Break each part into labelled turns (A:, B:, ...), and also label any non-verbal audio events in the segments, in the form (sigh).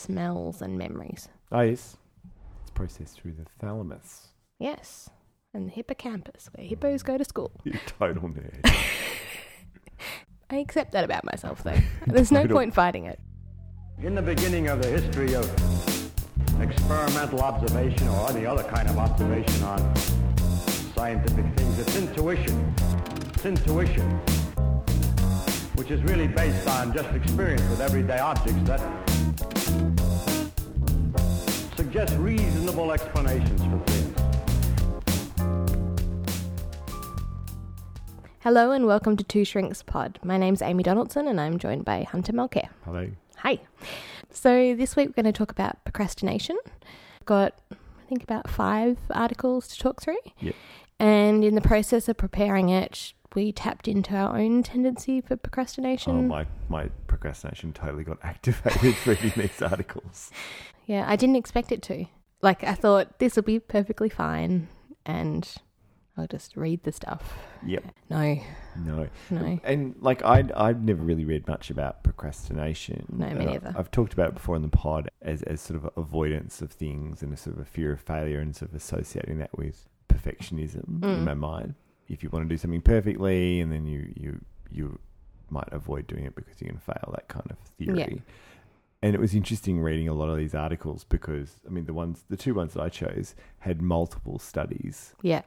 A: smells and memories.
B: Ah, yes. It's processed through the thalamus.
A: Yes. And the hippocampus, where hippos go to school.
B: (laughs) You total nerd.
A: I accept that about myself,
B: (laughs)
A: though. There's no
B: Total.
A: point fighting it.
C: In the beginning of the history of experimental observation or any other kind of observation on scientific things, it's intuition. It's intuition, which is really based on just experience with everyday objects that suggest reasonable explanations for things.
A: Hello and welcome to Two Shrinks Pod. My name's Amy Donaldson and I'm joined by Hunter Mulcair.
B: Hello.
A: Hi. So this week we're going to talk about procrastination. Got I think about 5 articles to talk through.
B: Yep.
A: And in the process of preparing it, we tapped into our own tendency for procrastination.
B: Oh, my, my procrastination totally got activated (laughs) reading these articles.
A: Yeah, I didn't expect it to. Like I thought this will be perfectly fine and I'll just read the stuff.
B: Yep.
A: No,
B: No.
A: no.
B: And like I, I've never really read much about procrastination.
A: No, me
B: And I-
A: neither.
B: I've talked about it before in the pod as, as sort of avoidance of things and a sort of a fear of failure and sort of associating that with perfectionism in
A: Mm.
B: my mind. If you want to do something perfectly, and then you you you might avoid doing it because you're going to fail. That kind of theory. And it was interesting reading a lot of these articles because I mean the ones the two ones that I chose had multiple studies
A: Yeah.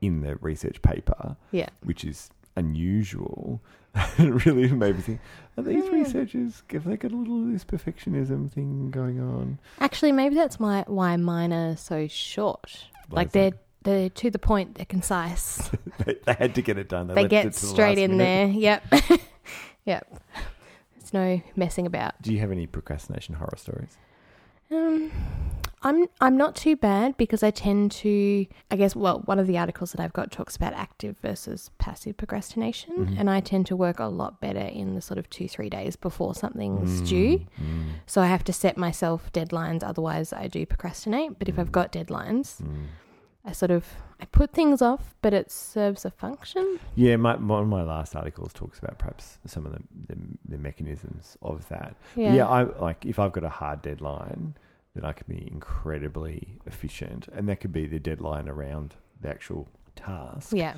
B: in the research paper
A: Yeah.
B: which is unusual. (laughs) it really made me think, are these
A: Yeah.
B: researchers, have they got a little of this perfectionism thing going on?
A: Actually, maybe that's my why mine are so short. like they're they're to the point. They're concise.
B: (laughs) they, (laughs) they had to get it done.
A: they
B: left it
A: get
B: to the
A: straight
B: last
A: in
B: minute.
A: there. Yep, (laughs) yep. There's no messing about.
B: Do you have any procrastination horror stories?
A: Um, I'm I'm not too bad because I tend to. I guess well, one of the articles that I've got talks about active versus passive procrastination,
B: Mm-hmm.
A: and I tend to work a lot better in the sort of two three days before
B: Mm,
A: something's due. So I have to set myself deadlines, otherwise I do procrastinate. But if I've got
B: Mm.
A: deadlines, I sort of I put things off, but it serves a function.
B: Yeah, my, one of my last articles talks about perhaps some of the, the, the mechanisms of that. But
A: Yeah.
B: yeah, I like if I've got a hard deadline, then I can be incredibly efficient, and that could be the deadline around the actual task.
A: Yeah,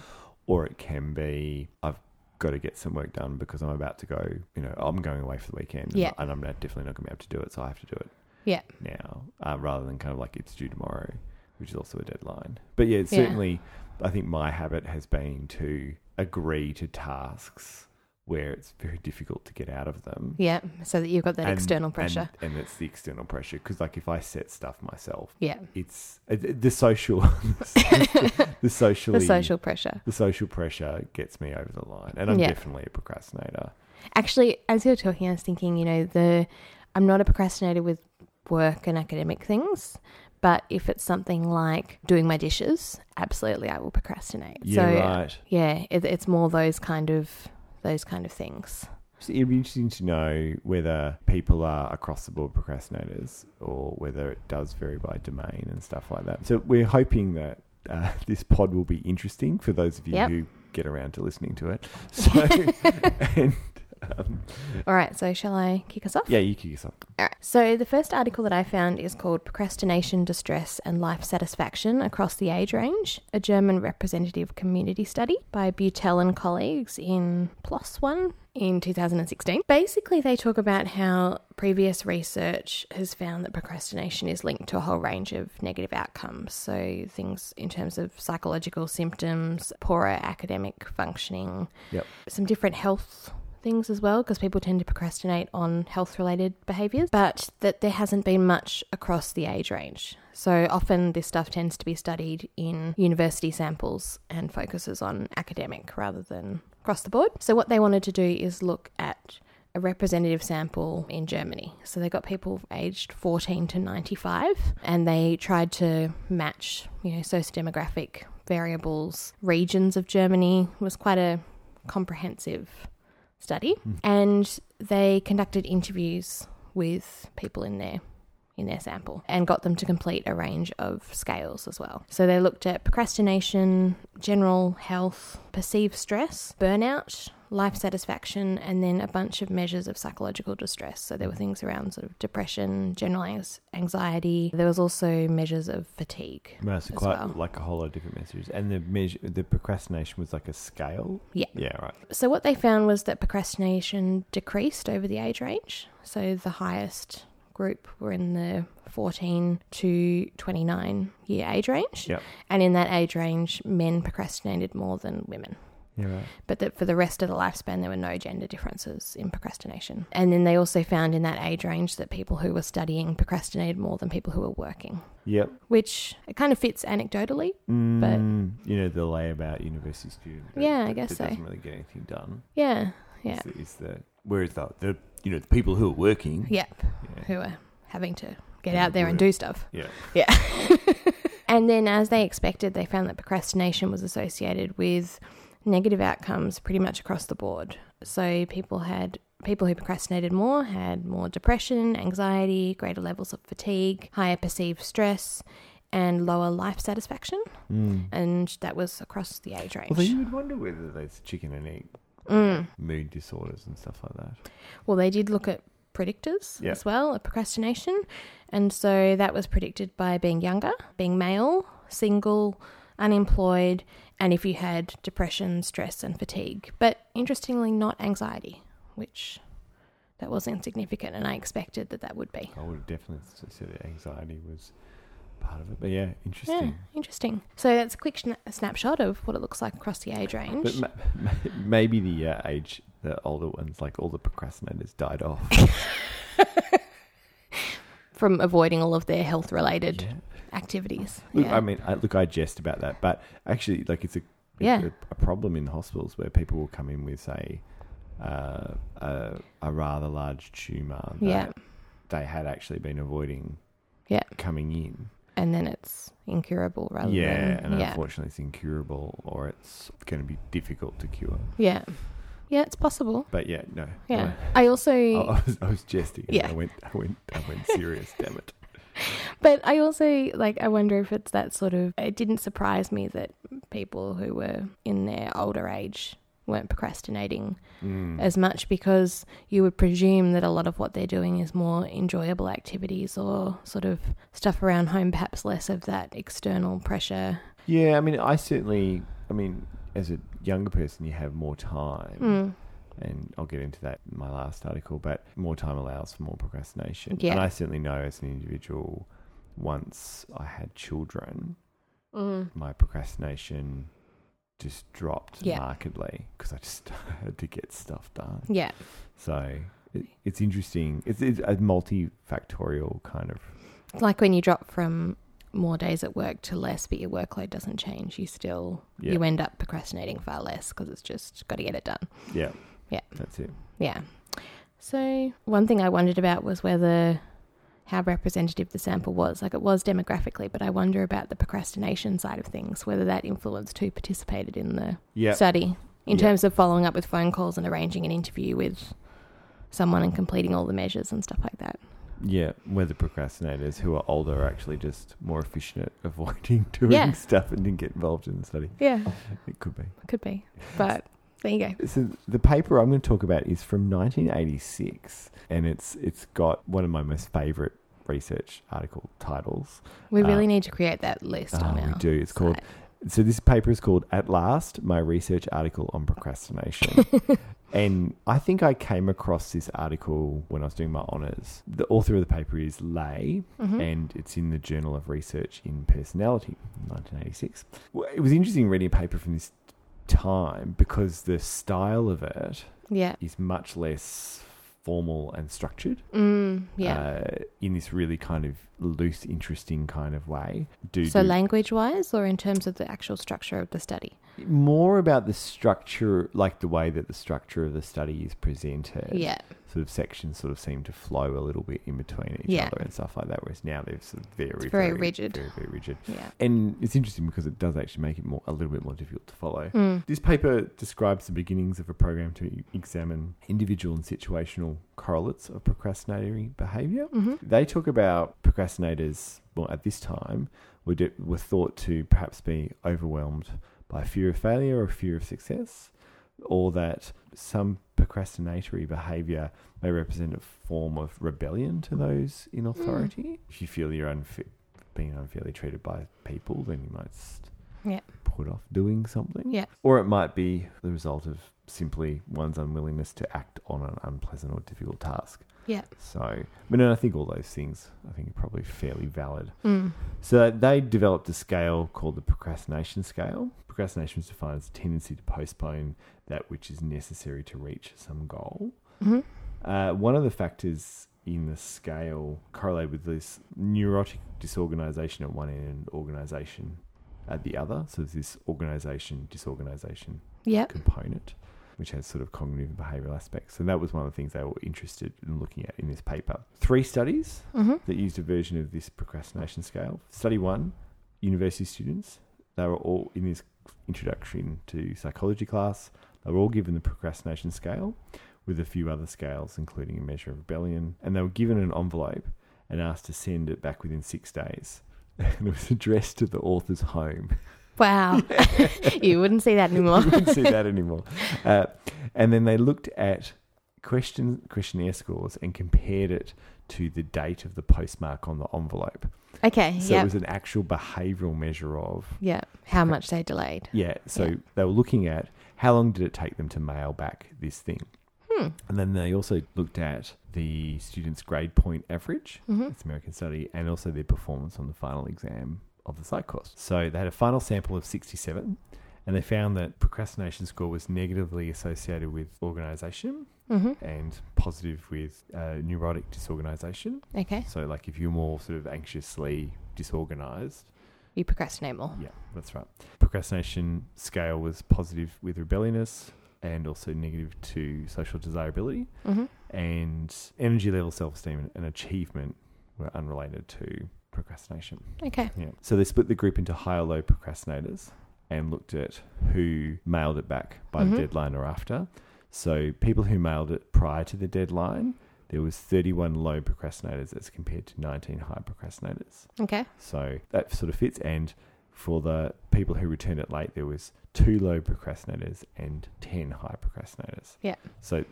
B: or it can be I've got to get some work done because I'm about to go. You know, I'm going away for the weekend,
A: Yeah.
B: and I'm not, definitely not going to be able to do it, so I have to do it
A: yeah,
B: now uh, rather than kind of like it's due tomorrow, which is also a deadline. But yeah, it's
A: Yeah.
B: certainly, I think my habit has been to agree to tasks where it's very difficult to get out of them.
A: yeah. So that you've got that external pressure.
B: and, and it's the external pressure because, like, if I set stuff myself,
A: yeah,
B: it's uh, the the social, (laughs)
A: (laughs)
B: the socially,
A: the social pressure.
B: the social pressure gets me over the line, and I'm
A: Yeah.
B: definitely a procrastinator.
A: Actually, as you were talking, I was thinking, you know, the I'm not a procrastinator with work and academic things, but if it's something like doing my dishes, absolutely, I will procrastinate.
B: Yeah,
A: so
B: right.
A: yeah, it, it's more those kind of those kind of things.
B: So it'd be interesting to know whether people are across the board procrastinators or whether it does vary by domain and stuff like that. So we're hoping that uh, (laughs) this pod will be interesting for those of you
A: Yep.
B: who get around to listening
A: (laughs)
B: to it. So, (laughs) and um,
A: All right, so shall I kick us off?
B: yeah, you kick us off.
A: All right. So the first article that I found is called Procrastination, Distress and Life Satisfaction Across the Age Range, a German representative community study by Butel and colleagues in PLOS One in 2016. Basically, they talk about how previous research has found that procrastination is linked to a whole range of negative outcomes. So things in terms of psychological symptoms, poorer academic functioning,
B: Yep.
A: some different health things as well because people tend to procrastinate on health related behaviors but that there hasn't been much across the age range so often this stuff tends to be studied in university samples and focuses on academic rather than across the board so what they wanted to do is look at a representative sample in Germany. So they got people aged 14 to 95 and they tried to match, you know, sociodemographic variables. Regions of Germany It was quite a comprehensive study and they conducted interviews with people in their in their sample and got them to complete a range of scales as well. So they looked at procrastination, general health, perceived stress, burnout, life satisfaction, and then a bunch of measures of psychological distress. So there were things around sort of depression, general anx- anxiety. There was also measures of fatigue.
B: Well, it's
A: as
B: quite
A: well.
B: like a whole lot of different messages. And the measure, the procrastination was like a scale.
A: Yeah.
B: Yeah, right.
A: So what they found was that procrastination decreased over the age range. So the highest group were in the 14 to 29 year age range.
B: Yep.
A: And in that age range, men procrastinated more than women.
B: Yeah, right.
A: But that for the rest of the lifespan, there were no gender differences in procrastination. And then they also found in that age range that people who were studying procrastinated more than people who were working,
B: Yep.
A: which it kind of fits anecdotally.
B: Mm, you know the lay about university student. that-
A: Yeah, I
B: that-
A: guess
B: that
A: so.
B: Doesn't really get anything done.
A: Yeah. Yeah.
B: Is, is the whereas the, the you know the people who are working.
A: Yep.
B: Yeah.
A: Who were having to get
B: Yeah,
A: out there and
B: work.
A: do stuff.
B: Yeah.
A: Yeah. and then, as they expected, they found that procrastination was associated with negative outcomes pretty much across the board. So people had people who procrastinated more had more depression, anxiety, greater levels of fatigue, higher perceived stress, and lower life satisfaction.
B: Mm.
A: And that was across the age range.
B: Well, then you would wonder whether those chicken and egg
A: Mm.
B: mood disorders and stuff like that.
A: Well, they did look at predictors
B: Yeah.
A: as well, at procrastination. And so that was predicted by being younger, being male, single, unemployed, and if you had depression, stress, and fatigue. But interestingly, not anxiety, which that was insignificant, and I expected that that would be.
B: I would have definitely s- said that anxiety was part of it. But yeah,
A: Yeah,
B: interesting.
A: interesting. So that's a quick sna- snapshot of what it looks like across the age range.
B: But ma- ma- maybe the uh, age, the older ones, like all the procrastinators died off.
A: from avoiding all of their health related
B: Yeah.
A: activities.
B: Look,
A: yeah.
B: I mean, I, look, I jest about that, but actually, like, it's a
A: Yeah.
B: it's a, a problem in hospitals where people will come in with say uh, a, a rather large tumor that
A: Yeah.
B: they had actually been avoiding
A: Yeah.
B: coming in.
A: and then it's incurable rather
B: yeah,
A: than
B: and
A: yeah.
B: unfortunately, it's incurable or it's going to be difficult to cure.
A: Yeah. Yeah, it's possible.
B: But yeah, no,
A: Yeah. I also
B: no. I, I was, I was jesting.
A: Yeah.
B: I went, I went, I went serious. damn
A: (laughs)
B: it.
A: but I also like I wonder if it's that sort of it didn't surprise me that people who were in their older age weren't procrastinating
B: Mm.
A: as much because you would presume that a lot of what they're doing is more enjoyable activities or sort of stuff around home perhaps less of that external pressure.
B: Yeah, I mean, I certainly, I mean, as a younger person, you have more time,
A: Mm.
B: and I'll get into that in my last article. But more time allows for more procrastination,
A: Yeah.
B: and I certainly know as an individual, once I had children,
A: Mm.
B: my procrastination just dropped
A: Yeah. Mm.
B: markedly because I just (laughs) had to get stuff done.
A: Yeah.
B: So it, it's interesting. It's, it's a multifactorial kind of
A: It's like when you drop from more days at work to less, but your workload doesn't change. You still
B: Yeah.
A: you end up procrastinating far less because it's just got to get it done.
B: yeah,
A: Yeah.
B: That's it.
A: Yeah. So one thing I wondered about was whether how representative the sample was. Like it was demographically, but I wonder about the procrastination side of things, whether that influenced who participated in the
B: Yeah.
A: study in
B: Yeah.
A: terms of following up with phone calls and arranging an interview with someone and completing all the measures and stuff like that.
B: Yeah, whether procrastinators who are older are actually just more efficient at (laughs) avoiding doing
A: Yeah.
B: stuff and didn't get involved in the study.
A: Yeah,
B: It could be.
A: could be. But there you go.
B: So the paper I'm going to talk about is from 1986, and it's it's got one of my most favourite research article titles.
A: We
B: Uh,
A: really need to create that list
B: Oh,
A: on our
B: we do. It's called.
A: site.
B: So this paper is called "At Last: My Research Article on Procrastination." and I think I came across this article when I was doing my honours. The author of the paper is Lay,
A: Mm-hmm.
B: and it's in the Journal of Research in Personality, 1986. Well, it was interesting reading a paper from this time because the style of it
A: Yeah.
B: is much less formal and structured
A: Mm, yeah.
B: uh, in this really kind of loose, interesting kind of way. Do,
A: so
B: do-
A: language wise or in terms of the actual structure of the study?
B: more about the structure, like the way that the structure of the study is presented.
A: Yeah.
B: sort of sections sort of seem to flow a little bit in between each
A: Yeah.
B: other and stuff like that. Whereas now they're sort of very,
A: very rigid.
B: very, very rigid.
A: Yeah.
B: And it's interesting because it does actually make it more a little bit more difficult to follow.
A: Mm.
B: This paper describes the beginnings of a program to examine individual and situational correlates of procrastinatory behavior.
A: hmm
B: They talk about procrastinators, well, at this time, were, de- were thought to perhaps be overwhelmed by fear of failure or fear of success, or that some procrastinatory behavior may represent a form of rebellion to those in
A: Mm.
B: authority. If you feel you're unfit, being unfairly treated by people, then you might just
A: Yeah.
B: put off doing something.
A: Yeah.
B: Or it might be the result of simply one's unwillingness to act on an unpleasant or difficult task.
A: Yeah.
B: So, I mean, and I think all those things, I think, are probably fairly valid.
A: Mm.
B: So they developed a scale called the procrastination scale. Procrastination is defined as a tendency to postpone that which is necessary to reach some goal.
A: hmm
B: Uh, one of the factors in the scale correlated with this neurotic disorganization at one end and organization at the other. So there's this organization, disorganization
A: Yeah.
B: component, which has sort of cognitive and behavioral aspects. And that was one of the things they were interested in looking at in this paper. Three studies
A: hmm
B: that used a version of this procrastination scale. Study one, university students, they were all in this introduction to psychology class, they were all given the procrastination scale with a few other scales, including a measure of rebellion. And they were given an envelope and asked to send it back within six days. (laughs) And it was addressed to the author's home. (laughs)
A: Wow. (laughs) you wouldn't see that anymore.
B: you wouldn't see that anymore. Uh, and then they looked at question questionnaire scores and compared it to the date of the postmark on the envelope.
A: Okay.
B: So
A: yeah.
B: it was an actual behavioural measure of
A: yeah. How much they delayed.
B: yeah. So
A: Yeah.
B: they were looking at how long did it take them to mail back this thing.
A: Hmm.
B: And then they also looked at the students' grade point average.
A: hmm
B: It's American study, and also their performance on the final exam of the psych course. So they had a final sample of 67, and they found that procrastination score was negatively associated with organisation
A: hmm
B: and positive with uh, neurotic disorganisation.
A: Okay.
B: So, like if you're more sort of anxiously disorganised,
A: You procrastinate more.
B: yeah, that's right. Procrastination scale was positive with rebelliousness and also negative to social desirability
A: hmm
B: and energy level, self esteem, and achievement were unrelated to procrastination.
A: Okay.
B: Yeah. So they split the group into high or low procrastinators and looked at who mailed it back by
A: Mhm.
B: the deadline or after. So people who mailed it prior to the deadline, there was 31 low procrastinators as compared to 19 high procrastinators.
A: Okay.
B: So that sort of fits. And for the people who returned it late, there was two low procrastinators and 10 high procrastinators.
A: Yeah.
B: So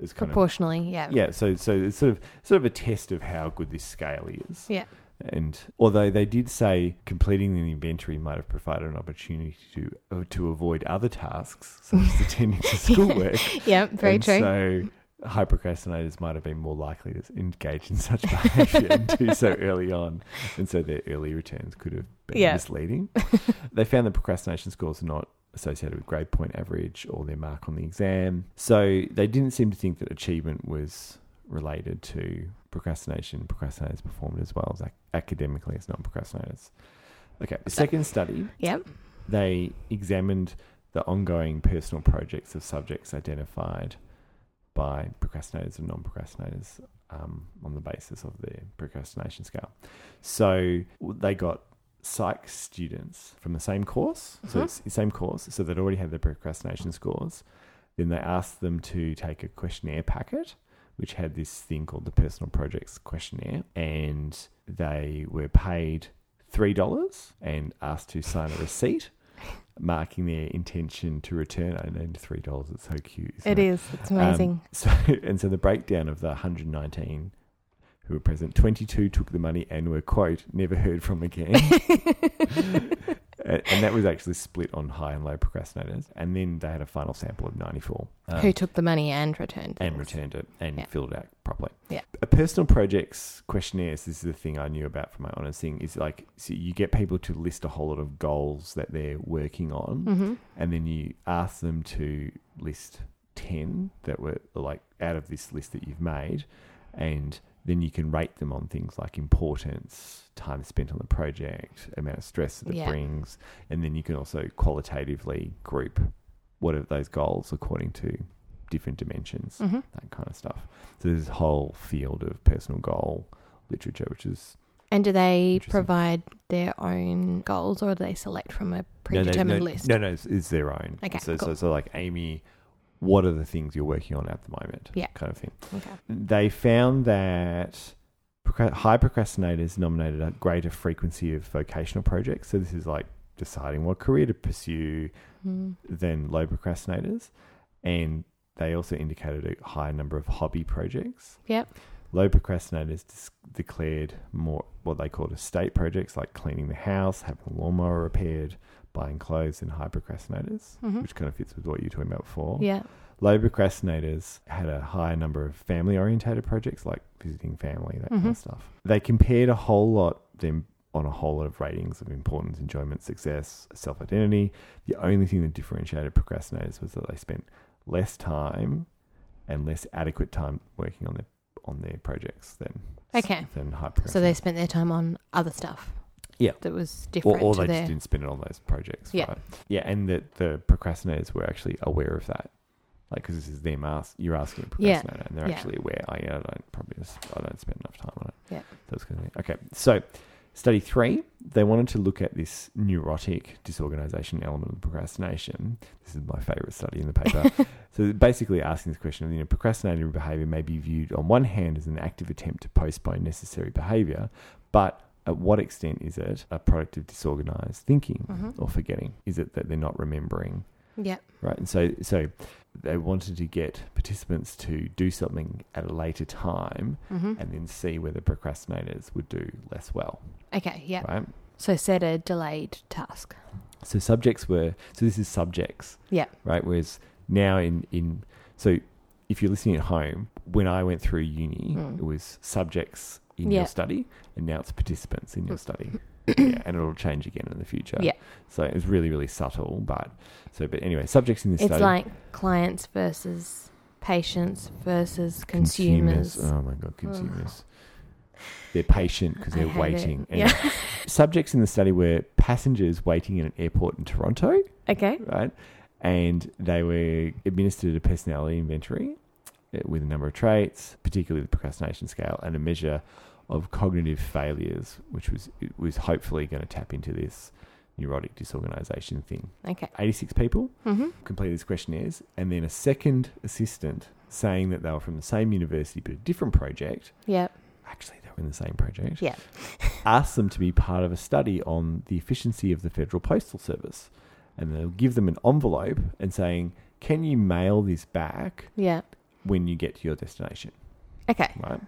B: it's kind of
A: Proportionally. Yeah.
B: yeah so so it's sort of sort of a test of how good this scale is
A: Yeah.
B: and although they did say completing the inventory might have provided an opportunity to uh, to avoid other tasks such
A: (laughs)
B: as attending to schoolwork
A: Yeah, very
B: and
A: true.
B: so high procrastinators might have been more likely to engage in such (laughs) behavior and
A: (laughs)
B: do so early on and so their early returns could have been
A: Yeah. (laughs)
B: misleading they found that procrastination scores are not associated with grade point average or their mark on the exam. So they didn't seem to think that achievement was related to procrastination. Procrastinators performed as well as ac- academically as non procrastinators. Okay, the second study,
A: Yep.
B: they examined the ongoing personal projects of subjects identified by procrastinators and non procrastinators um, on the basis of their procrastination scale. So they got psych students from the same course, so
A: Mhm.
B: it's the same course, so they'd already had their procrastination scores. Then they asked them to take a questionnaire packet, which had this thing called the personal projects questionnaire, and they were paid three dollars and asked to sign a
A: (laughs)
B: receipt. Marking their intention to return, I named three dollars. It's so um, cute. isn't
A: It is. It's amazing.
B: so, (laughs) and so the breakdown of the 119 who were present, 22 took the money and were, quote, never heard
A: (laughs)
B: from again. and, and that was actually split on high and low procrastinators. And then they had a final sample of 94. um,
A: Who took the money and returned?
B: and
A: things.
B: returned it and
A: Yeah.
B: filled it out properly.
A: Yeah.
B: A personal projects questionnaires, this is the thing I knew about from my honors thing, is like so you get people to list a whole lot of goals that they're working on
A: Mhm.
B: and then you ask them to list 10 that were like out of this list that you've made and then you can rate them on things like importance time spent on the project amount of stress that it
A: Yeah.
B: brings and then you can also qualitatively group what are those goals according to different dimensions,
A: Mhm.
B: that kind of stuff. So there's this whole field of personal goal literature, which is
A: And do they
B: Interesting.
A: provide their own goals or do they select from a predetermined
B: no, no,
A: list?
B: No, no, it's, it's their own.
A: Okay,
B: so, so
A: cool.
B: so like Amy, what are the things you're working on at the moment?
A: Yeah.
B: kind of thing.
A: Okay.
B: They found that procra- high procrastinators nominated a greater frequency of vocational projects. So this is like deciding what career to pursue
A: Mm.
B: than low procrastinators, and they also indicated a higher number of hobby projects.
A: Yep.
B: Low procrastinators dis- declared more what they called estate projects like cleaning the house, having a lawnmower repaired, buying clothes, and high procrastinators,
A: Mhm.
B: which kind of fits with what you were talking about before.
A: Yeah.
B: Low procrastinators had a higher number of family orientated projects like visiting family, that kind
A: Mhm.
B: of stuff. They compared a whole lot them on a whole lot of ratings of importance, enjoyment, success, self identity. The only thing that differentiated procrastinators was that they spent less time and less adequate time working on their on their projects than
A: Okay.
B: than high
A: So they
B: procrastinators.
A: spent their time on other stuff.
B: Yeah.
A: That was
B: or,
A: different
B: or
A: to
B: they
A: their.
B: just didn't spend it on those projects.
A: Yeah.
B: Right? Yeah. And that the procrastinators were actually aware of that. Like, because this is them ask, you're asking a
A: Yeah.
B: procrastinator, and they're
A: Yeah.
B: actually aware. "Oh, I, I don't probably, just, I don't spend enough time on it.
A: Yeah.
B: That's kind of thing. Okay. So, study three, they wanted to look at this neurotic disorganization element of procrastination. This is my favorite study in the paper. so, basically, asking this question of, you know, procrastinatory behavior may be viewed on one hand as an active attempt to postpone necessary behavior, but at what extent is it a product of disorganized thinking
A: Mhm.
B: or forgetting? Is it that they're not remembering?
A: Yeah.
B: Right. And so, so they wanted to get participants to do something at a later time
A: hmm
B: and then see whether procrastinators would do less well.
A: Okay. Yeah.
B: Right.
A: So set a delayed task.
B: So subjects were so this is subjects.
A: Yeah.
B: Right. Whereas now in in so if you're listening at home, when I went through uni,
A: Mm.
B: it was subjects in
A: Yeah. Mm.
B: your study, and now it's participants in
A: (coughs)
B: your study. yeah, and it'll change again in the future.
A: Yeah.
B: So it was really really subtle, but so but anyway, subjects in this
A: It's
B: study.
A: like clients versus patients versus consumers.
B: Oh my god, consumers. They're patient because
A: I
B: they're
A: hate it.
B: waiting.
A: Yeah.
B: Anyway, subjects in the study were passengers waiting in an airport in Toronto.
A: (laughs) Okay.
B: right? And they were administered a personality inventory uh, with a number of traits, particularly the procrastination scale, and a measure of cognitive failures, which was it was hopefully going to tap into this neurotic disorganization thing.
A: Okay.
B: 86 people
A: hmm
B: completed these questionnaires, and then a second assistant saying that they were from the same university but a different project.
A: Yeah.
B: Actually, they were in the same project.
A: Yeah.
B: (laughs) asked them to be part of a study on the efficiency of the Federal Postal Service. And they'll give them an envelope and saying, Can you mail this back
A: Yeah.
B: when you get to your destination?
A: Okay.
B: Right.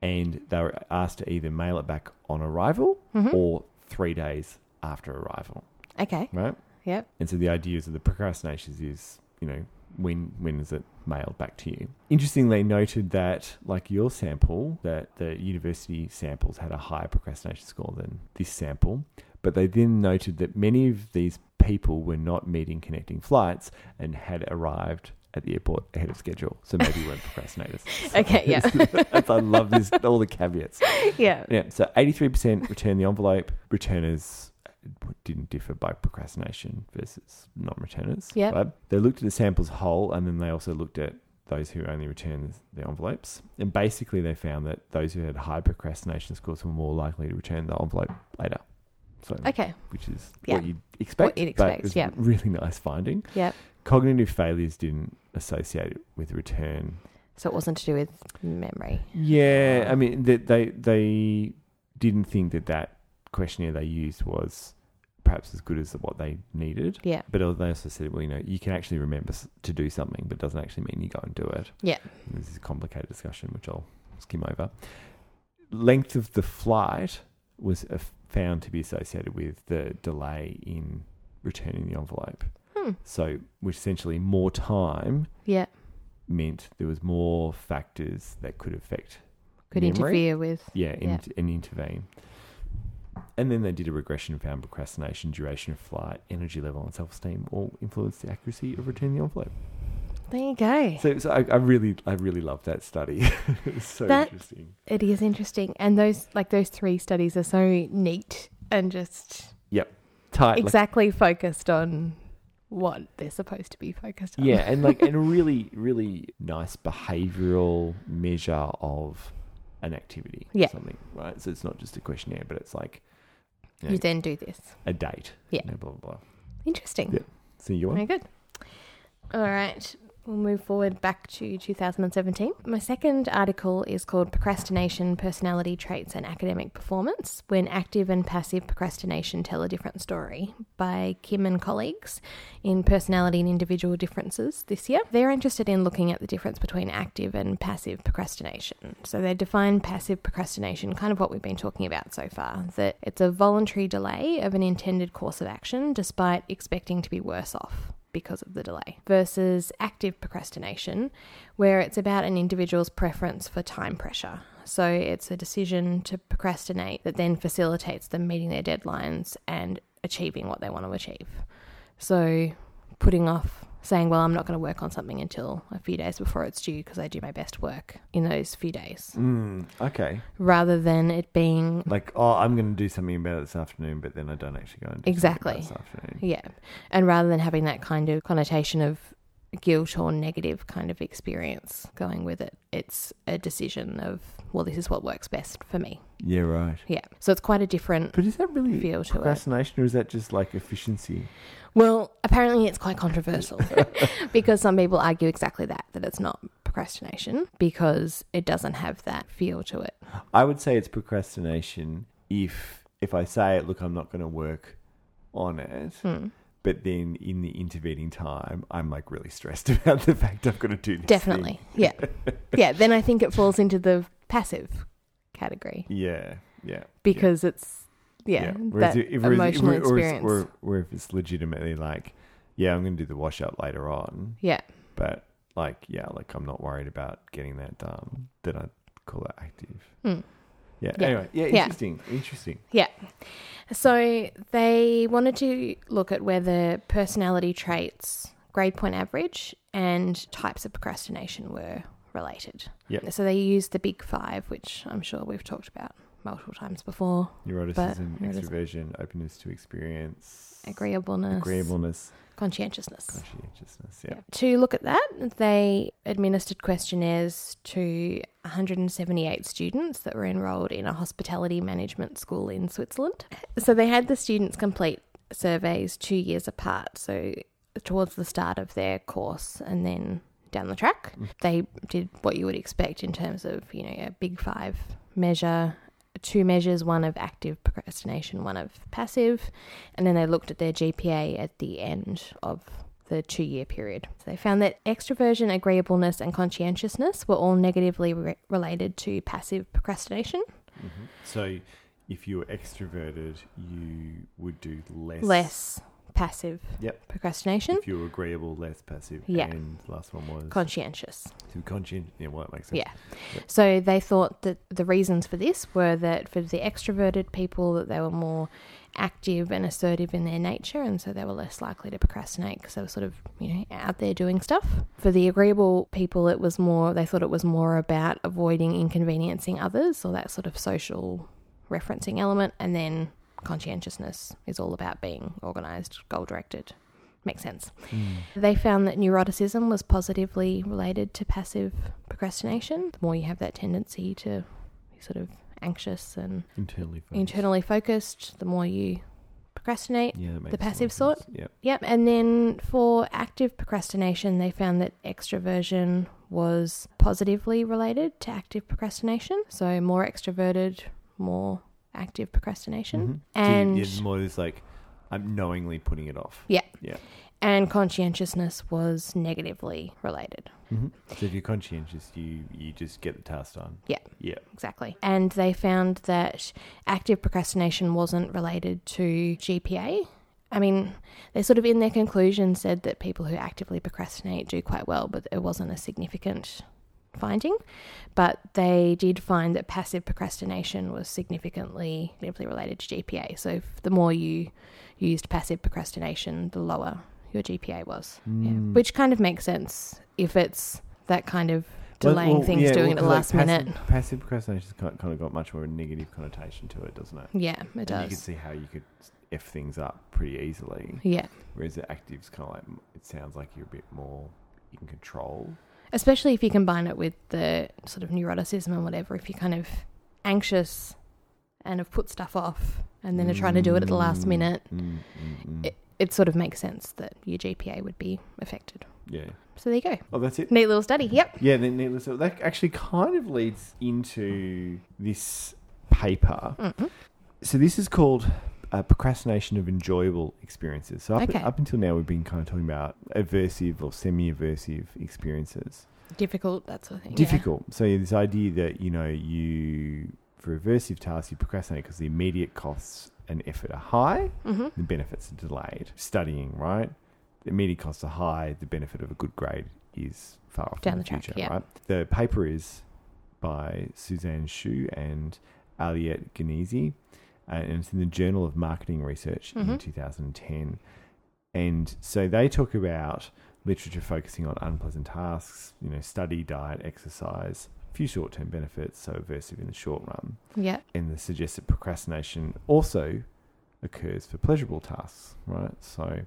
B: And they were asked to either mail it back on arrival
A: Mhm.
B: or three days after arrival.
A: Okay. (laughs)
B: Right.
A: Yep.
B: And so the idea is that the procrastinations is, you know, when when is it mailed back to you? Interestingly noted that like your sample, that the university samples had a higher procrastination score than this sample. But they then noted that many of these people were not meeting connecting flights and had arrived at the airport ahead of schedule. So maybe weren't procrastinators. So
A: (laughs) Okay, yeah.
B: (laughs) that's- I love this all the caveats.
A: Yeah.
B: Yeah. So eighty three percent return the envelope. Returners didn't differ by procrastination versus non-returners.
A: Yep.
B: But they looked at the samples whole, and then they also looked at those who only returned the envelopes. And basically, they found that those who had high procrastination scores were more likely to return the envelope later. So,
A: Okay.
B: which is
A: Yeah.
B: what you'd expect.
A: you'd
B: but
A: expect,
B: it was
A: yeah.
B: a Really nice finding.
A: Yep.
B: Cognitive failures didn't associate it with return
A: So it wasn't to do with memory.
B: yeah, I mean, they, they they didn't think that that questionnaire they used was perhaps as good as what they needed.
A: Yeah.
B: But they also said, well, you know, you can actually remember s- to do something, but it doesn't actually mean you go and do it.
A: Yeah.
B: And this is a complicated discussion, which I'll skim over. Length of the flight was uh, found to be associated with the delay in returning the envelope.
A: Hmm.
B: So, which essentially more time
A: Yeah.
B: meant there was more factors that could affect
A: Could
B: memory.
A: interfere with.
B: Yeah, in,
A: Yeah.
B: and intervene. And then they did a regression and found procrastination, duration of flight, energy level, and self esteem all influenced the accuracy of returning the envelope.
A: There you go.
B: So, so I, I really, I really love that study. (laughs) it's so
A: That-
B: interesting.
A: it is interesting, and those like those three studies are so neat and just
B: Tight, like,
A: exactly focused on what they're supposed to be focused on.
B: Yeah, and like and a really, really nice behavioral measure of an activity.
A: Yeah.
B: Or something, right? So it's not just a questionnaire, but it's like
A: (laughs) You then do this.
B: a date.
A: Yeah.
B: you know, blah blah blah.
A: Interesting.
B: Yeah. So you
A: Very
B: want
A: good. All right. We'll move forward back to 2017. My second article is called Procrastination, Personality Traits, and Academic Performance When Active and Passive Procrastination Tell a Different Story by Kim and colleagues in Personality and Individual Differences this year. They're interested in looking at the difference between active and passive procrastination. So they define passive procrastination, kind of what we've been talking about so far, that it's a voluntary delay of an intended course of action despite expecting to be worse off because of the delay versus active procrastination, where it's about an individual's preference for time pressure. So it's a decision to procrastinate that then facilitates them meeting their deadlines and achieving what they want to achieve. So putting off saying, well, I'm not going to work on something until a few days before it's due because I do my best work in those few days,
B: Mm, okay.
A: rather than it being
B: Like, oh I'm gonna do something about it this afternoon, but then I don't actually go and do something about it
A: Exactly.
B: this afternoon.
A: Yeah. And rather than having that kind of connotation of guilt or negative kind of experience going with it, it's a decision of, well, this is what works best for me.
B: Yeah, right.
A: Yeah. So it's quite a different.
B: But is that really
A: Feel to it.
B: procrastination or is that just like efficiency?
A: Well, apparently it's quite controversial because some people argue exactly that, that it's not procrastination because it doesn't have that feel to it.
B: I would say it's procrastination if if I say, look, I'm not going to work on it,
A: Hmm.
B: but then in the intervening time, I'm like really stressed (laughs) about the fact I've got to do this. thing.
A: Definitely. Yeah.
B: (laughs)
A: Yeah. Then I think it falls into the passive category
B: Yeah, yeah.
A: because it's, yeah,
B: Whereas
A: that
B: if- if-
A: emotional
B: or if-
A: experience.
B: Or, or if it's legitimately like, yeah, I'm going to do the washout later on,
A: yeah.
B: but like, yeah, like I'm not worried about getting that done, then I call it active.
A: Mm.
B: Yeah.
A: Yeah.
B: Anyway, yeah,
A: Yeah.
B: interesting, interesting.
A: Yeah. So they wanted to look at whether personality traits, grade point average, and types of procrastination were related.
B: Yep.
A: So they used the big five, which I'm sure we've talked about multiple times before
B: Neuroticism,
A: neurotic-
B: extroversion, openness to experience,
A: agreeableness,
B: agreeableness,
A: conscientiousness.
B: conscientiousness. Yeah.
A: To look at that, they administered questionnaires to 178 students that were enrolled in a hospitality management school in Switzerland. So they had the students complete surveys two years apart, so towards the start of their course and then down the track. They did what you would expect in terms of, you know, a big five measure. Two measures, one of active procrastination, one of passive, and then they looked at their GPA at the end of the two year period. So they found that extroversion, agreeableness, and conscientiousness were all negatively re- related to passive procrastination.
B: Mm-hmm. So, if you were extroverted, you would do less.
A: Less passive
B: Yep.
A: procrastination,
B: If you were agreeable, less passive.
A: Yeah.
B: And the last one was
A: conscientious.
B: to conscient. Yeah, well, that makes sense.
A: Yeah. So they thought that the reasons for this were that for the extroverted people that they were more active and assertive in their nature and so they were less likely to procrastinate because they were sort of you know out there doing stuff for the agreeable people it was more they thought it was more about avoiding inconveniencing others or that sort of social referencing element and then conscientiousness is all about being organized goal directed makes sense
B: Hmm.
A: they found that neuroticism was positively related to passive procrastination. The more you have that tendency to be sort of anxious and
B: Internally. Focused.
A: internally focused, the more you procrastinate.
B: Yeah, that makes
A: the
B: a lot
A: passive
B: of
A: sort.
B: sense. Yep.
A: Yep. And then for active procrastination, they found that extroversion was positively related to active procrastination. So more extroverted, more active procrastination.
B: Mm-hmm. so
A: And
B: you, it's more this like, I'm knowingly putting it off.
A: yeah.
B: Yeah.
A: And conscientiousness was negatively related.
B: So if you're conscientious, you you just get the task done.
A: Yeah.
B: Yeah.
A: Exactly. And they found that active procrastination wasn't related to GPA. I mean, they sort of in their conclusion said that people who actively procrastinate do quite well, but it wasn't a significant finding. But they did find that passive procrastination was significantly negatively related to GPA. So if- the more you used passive procrastination, the
B: Hmm.
A: lower your GPA was, yeah. which kind of makes sense if it's that kind of delaying things,
B: yeah,
A: doing it at
B: well,
A: the
B: 'cause,
A: last
B: like, passive,
A: minute.
B: Passive procrastination kind kind of got much more of a negative connotation to it, doesn't it?
A: Yeah, it
B: And You can
A: does.
B: see how you could f things up pretty easily,
A: Yeah.
B: whereas the active's kind of like it sounds like you're a bit more in control.
A: Especially if you combine it with the sort of neuroticism and whatever, if you're kind of anxious and have put stuff off and then are trying to do it at the last
B: Mm,
A: minute,
B: mm, mm, mm.
A: it, it sort of makes sense that your GPA would be affected.
B: yeah.
A: So there you go.
B: Oh, that's it.
A: Neat little study. Yep.
B: Yeah, then needless to- that actually kind of leads into this paper.
A: Mm-hmm.
B: So this is called uh, procrastination of enjoyable experiences. So up,
A: Okay.
B: up until now, we've been kind of talking about aversive or semi-aversive experiences.
A: Difficult, that sort of thing. yeah.
B: Difficult. So yeah, this idea that you know you for aversive tasks you procrastinate because the immediate costs and effort are high,
A: Mm-hmm.
B: the benefits are delayed. Studying, right? The immediate costs are high. The benefit of a good grade is far off
A: Down
B: in
A: the
B: the,
A: track,
B: future,
A: yeah.
B: right? The paper is by Suzanne Shu and Aliette Ganesi, uh, and it's in the Journal of Marketing Research
A: Mm-hmm.
B: in 2010. And so they talk about literature focusing on unpleasant tasks, you know, study, diet, exercise, a few short term benefits, so aversive in the short run.
A: Yeah.
B: And they suggest that procrastination also occurs for pleasurable tasks, right? So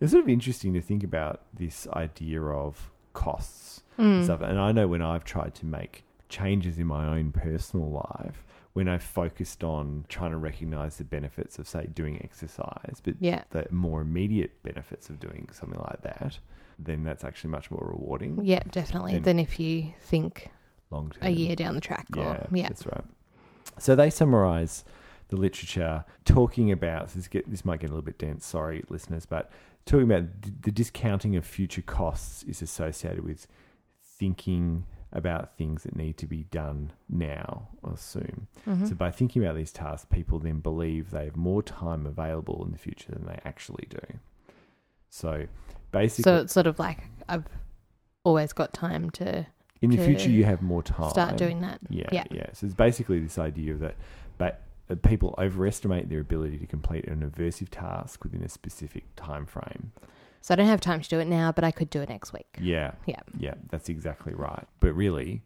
B: it's sort of interesting to think about this idea of costs
A: Hmm. Mm.
B: and stuff. And I know when I've tried to make changes in my own personal life, when I focused on trying to recognize the benefits of, say, doing exercise, but
A: Yeah.
B: the more immediate benefits of doing something like that, then that's actually much more rewarding
A: Yeah, definitely.
B: And-
A: Then if you think
B: long term.
A: a year down the track or yeah.
B: that's right. So they summarize the literature, talking about this. Get this might get a little bit dense. Sorry, listeners, but talking about d- the discounting of future costs is associated with thinking about things that need to be done now or soon.
A: Mm-hmm. Hmm.
B: So by thinking about these tasks, people then believe they have more time available in the future than they actually do. So basically,
A: So it's sort of like I've always got time to
B: in the future,
A: to
B: you have more time.
A: start doing that.
B: Yeah,
A: Yeah.
B: yeah. So it's basically this idea that, but uh, people overestimate their ability to complete an aversive task within a specific time frame.
A: So I don't have time to do it now, but I could do it next week.
B: Yeah,
A: Yeah.
B: yeah, that's exactly right. But really,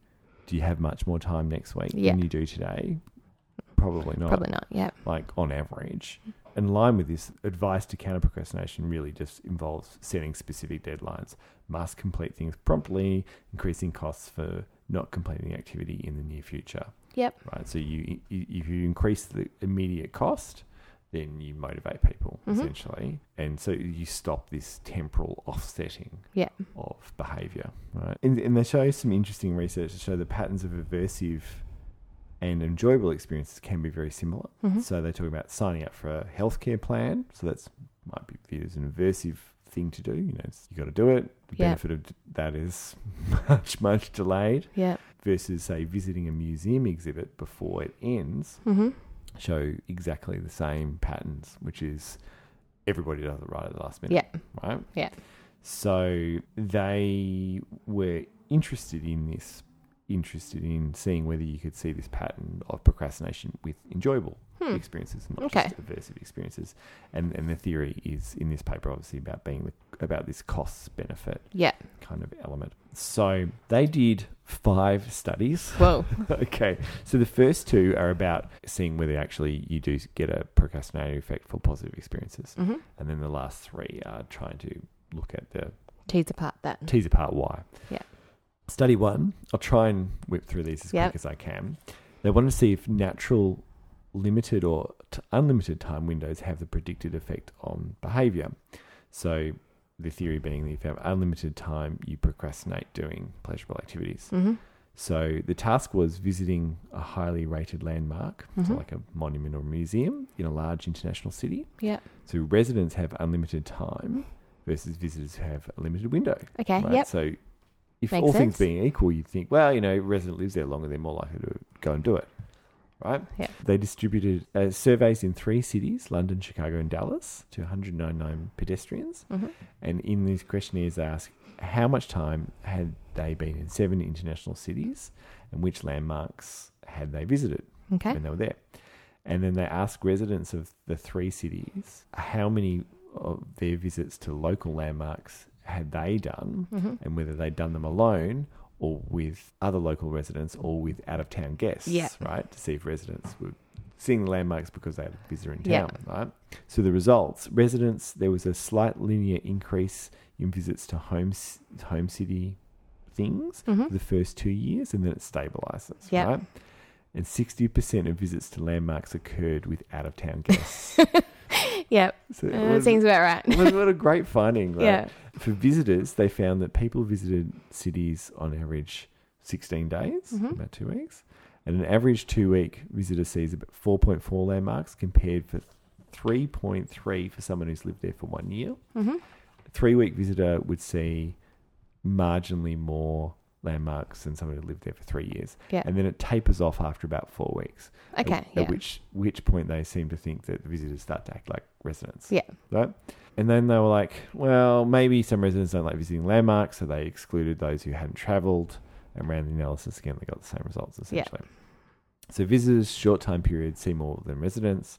B: do you have much more time next week
A: Yeah.
B: than you do today? Probably not.
A: Probably not. Yeah.
B: Like on average. In line with this, advice to counter procrastination really just involves setting specific deadlines, must complete things promptly, increasing costs for not completing the activity in the near future.
A: Yep.
B: right? So you, you if you increase the immediate cost, then you motivate people essentially, and so you stop this temporal offsetting
A: Yeah.
B: of behaviour, right? And, and they show some interesting research to show the patterns of aversive and enjoyable experiences can be very similar.
A: Mm-hmm.
B: So they talk about signing up for a healthcare plan. So that's might be viewed as an aversive thing to do. You know, it's- you got to do it. The
A: Yeah.
B: benefit of d- that is (laughs) much much delayed
A: Yeah.
B: versus say visiting a museum exhibit before it ends
A: Mm-hmm.
B: show exactly the same patterns, which is everybody does it right at the last minute.
A: Yeah.
B: Right?
A: Yeah.
B: So they were interested in this, interested in seeing whether you could see this pattern of procrastination with enjoyable experiences, not
A: Hmm. Okay.
B: just aversive experiences. And and the theory is in this paper obviously about being the, about this costs benefit
A: Yeah.
B: kind of element. So they did five studies (laughs)
A: Whoa.
B: okay. So the first two are about seeing whether actually you do get a procrastinating effect for positive experiences.
A: Mm-hmm.
B: And then the last three are trying to look at the
A: Tease apart that.
B: tease apart why.
A: Yeah.
B: Study one, I'll try and whip through these as
A: Yep.
B: quick as I can. They want to see if natural, limited, or t- unlimited time windows have the predicted effect on behavior. So, the theory being that if you have unlimited time, you procrastinate doing pleasurable activities.
A: Mm-hmm.
B: So, the task was visiting a highly rated landmark,
A: Mm-hmm.
B: so like a monument or museum in a large international city.
A: Yeah.
B: So, residents have unlimited time versus visitors who have a limited window.
A: Okay. Yep.
B: So if
A: Makes
B: all
A: sense.
B: things being equal, you'd think, well, you know, resident lives there longer, they're more likely to go and do it, right?
A: Yeah.
B: They distributed uh, surveys in three cities, London, Chicago, and Dallas, to 199 pedestrians.
A: Mm-hmm.
B: And in these questionnaires, they asked how much time had they been in seven international cities and which landmarks had they visited
A: Okay.
B: when they were there. And then they asked residents of the three cities how many of
A: Mm-hmm.
B: their visits to local landmarks had they done and whether they'd done them alone or with other local residents or with out of town guests,
A: Yeah.
B: right? To see if residents were seeing the landmarks because they had a visitor in
A: Yeah.
B: town, right? So the results residents, there was a slight linear increase in visits to homes, home city things
A: Mm-hmm.
B: for the first two years and then it stabilizes,
A: Yeah.
B: right? And 60% of visits to landmarks occurred with out of
A: (laughs)
B: town guests.
A: Yeah,
B: so it
A: uh,
B: was-
A: seems about
B: (laughs)
A: right.
B: what, what a great finding.
A: (laughs)
B: Like,
A: Yeah.
B: For visitors, they found that people visited cities on average 16 days, about two weeks. And an average two week visitor sees about 4.4 landmarks compared for 3.3 for someone who's lived there for one year.
A: Mhm.
B: A three week visitor would see marginally more landmarks than someone who lived there for three years.
A: Yeah.
B: And then it tapers off after about four weeks. At-
A: Okay,
B: At,
A: yeah.
B: which which point they seem to think that the visitors start to act like residents.
A: Yeah.
B: Right? And then they were like, well, maybe some residents don't like visiting landmarks, so they excluded those who hadn't travelled and ran the analysis again. They got the same results essentially. So visitors short time periods see more than residents.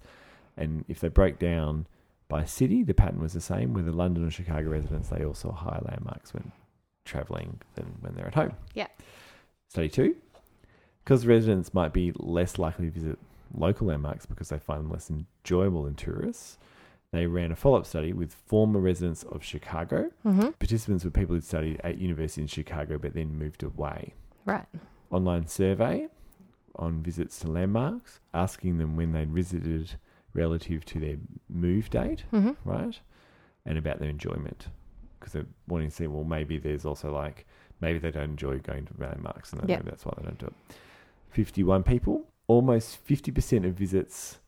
B: And if they break down by city, the pattern was the same. With the London and Chicago residents, they also higher landmarks when travelling than when they're at home.
A: Yeah.
B: Study two, because residents might be less likely to visit local landmarks because they find them less enjoyable than tourists. They ran a follow up study with former residents of Chicago.
A: hmm
B: Participants were people who studied at university in Chicago but then moved away
A: Right.
B: online survey on visits to landmarks, asking them when they'd visited relative to their move date,
A: hmm
B: right? And about their enjoyment. Because they're wanting to see, well, maybe there's also like, maybe they don't enjoy going to landmarks and then
A: Yeah.
B: maybe that's why they don't do it. 51 people, almost 50% of visits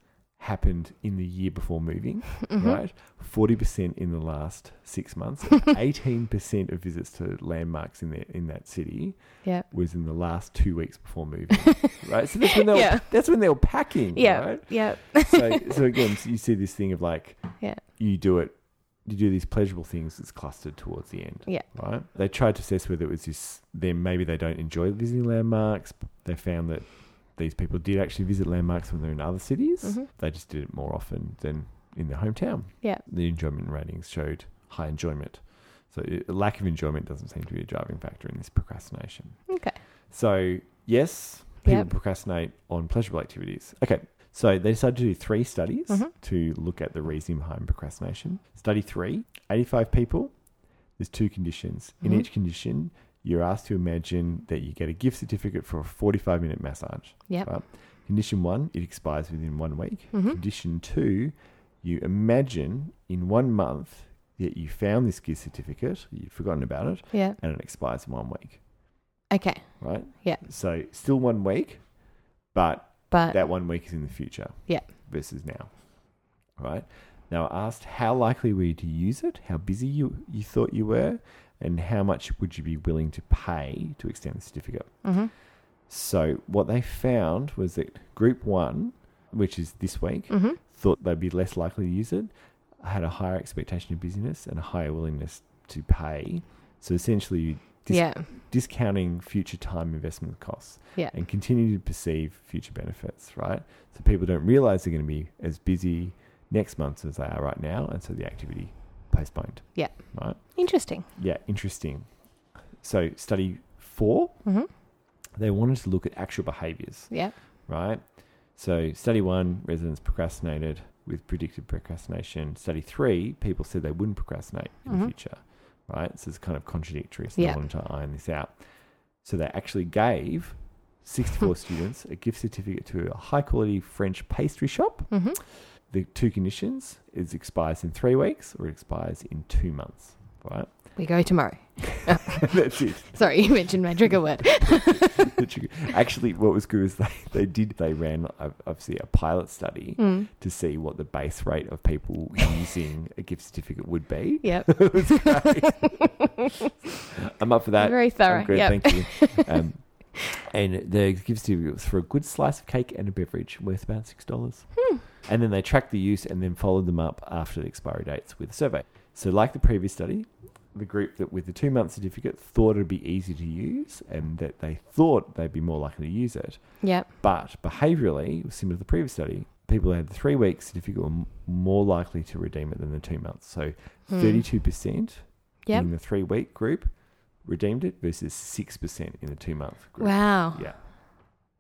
B: happened in the year before moving,
A: Mm-hmm.
B: right? 40% in the last six months,
A: (laughs)
B: 18% of visits to landmarks in, their, in that city
A: Yeah.
B: was in the last two weeks before moving, right? So that's when they
A: (laughs)
B: were,
A: Yeah.
B: that's when they were packing,
A: Yeah.
B: right?
A: Yeah. (laughs)
B: So, so again, so you see this thing of like,
A: Yeah.
B: you do it, you do these pleasurable things. It's clustered towards the end,
A: Yeah.
B: right? They tried to assess whether it was this. Then maybe they don't enjoy visiting landmarks. They found that these people did actually visit landmarks when they're in other cities.
A: Mhm.
B: They just did it more often than in their hometown.
A: Yeah.
B: the enjoyment ratings showed high enjoyment. So, uh, lack of enjoyment doesn't seem to be a driving factor in this procrastination.
A: Okay.
B: So, yes, people
A: Yep.
B: procrastinate on pleasurable activities. Okay. So, they decided to do three studies
A: Mhm.
B: to look at the reasoning behind procrastination. Study three 85 people. There's two conditions. In
A: Mhm.
B: each condition, you're asked to imagine that you get a gift certificate for a 45 minute massage.
A: Yep.
B: Right? Condition one, it expires within one week.
A: Mhm.
B: Condition two, you imagine in one month that you found this gift certificate, you've forgotten about it,
A: Yeah.
B: and it expires in one week
A: Okay.
B: right?
A: Yeah.
B: So still one week, but
A: But
B: that one week is in the future.
A: Yeah.
B: Versus now, right? Now I asked how likely were you to use it, how busy you, you thought you were, and how much would you be willing to pay to extend the certificate.
A: Mhm.
B: So what they found was that group one, which is this week,
A: Mhm.
B: thought they'd be less likely to use it, had a higher expectation of busyness and a higher willingness to pay. So essentially, this
A: yeah.
B: discounting future time investment costs
A: Yeah.
B: and continue to perceive future benefits, right? So people don't realize they're going to be as busy next month as they are right now, and so the activity postponed.
A: Yeah.
B: Right?
A: Interesting.
B: Yeah, interesting. So, study 4
A: Mhm.
B: they wanted to look at actual behaviors
A: Yeah.
B: right? So, study one, residents procrastinated with predicted procrastination. Study three, people said they wouldn't procrastinate in the
A: Mhm.
B: future, right? So, it's kind of contradictory. So,
A: Yeah.
B: they wanted to iron this out. So, they actually gave 64 students a gift certificate to a high quality French pastry shop.
A: Mhm.
B: The two conditions is expires in three weeks or it expires in two months, right? (laughs)
A: We go tomorrow.
B: That's it. (laughs)
A: Sorry, (laughs) you mentioned my trigger word.
B: The trick- Actually, what was good was they, they did, they ran uh, obviously a pilot study
A: Mm.
B: to see what the base rate of
A: (laughs)
B: people using a gift certificate would be.
A: Yep.
B: It was great. I'm up for (laughs) that.
A: Very thorough.
B: I'm good,
A: Yep.
B: thank you.
A: (laughs)
B: Um, and the gift certificate was for a good slice of cake and a beverage worth about six dollars.
A: Hmm.
B: And then they tracked the use and then followed them up after the expiry dates with a survey. So, like the previous study, the group that with the two month certificate thought it'd be easy to use and that they thought they'd be more likely to use it.
A: Yep.
B: But behaviourally, it was similar to the previous study, people who had the three week certificate were m- more likely to redeem it than the two months. So
A: Hmm.
B: 32%
A: Yep.
B: in the three week group redeemed it versus 6% in a two month group.
A: Wow.
B: Yeah.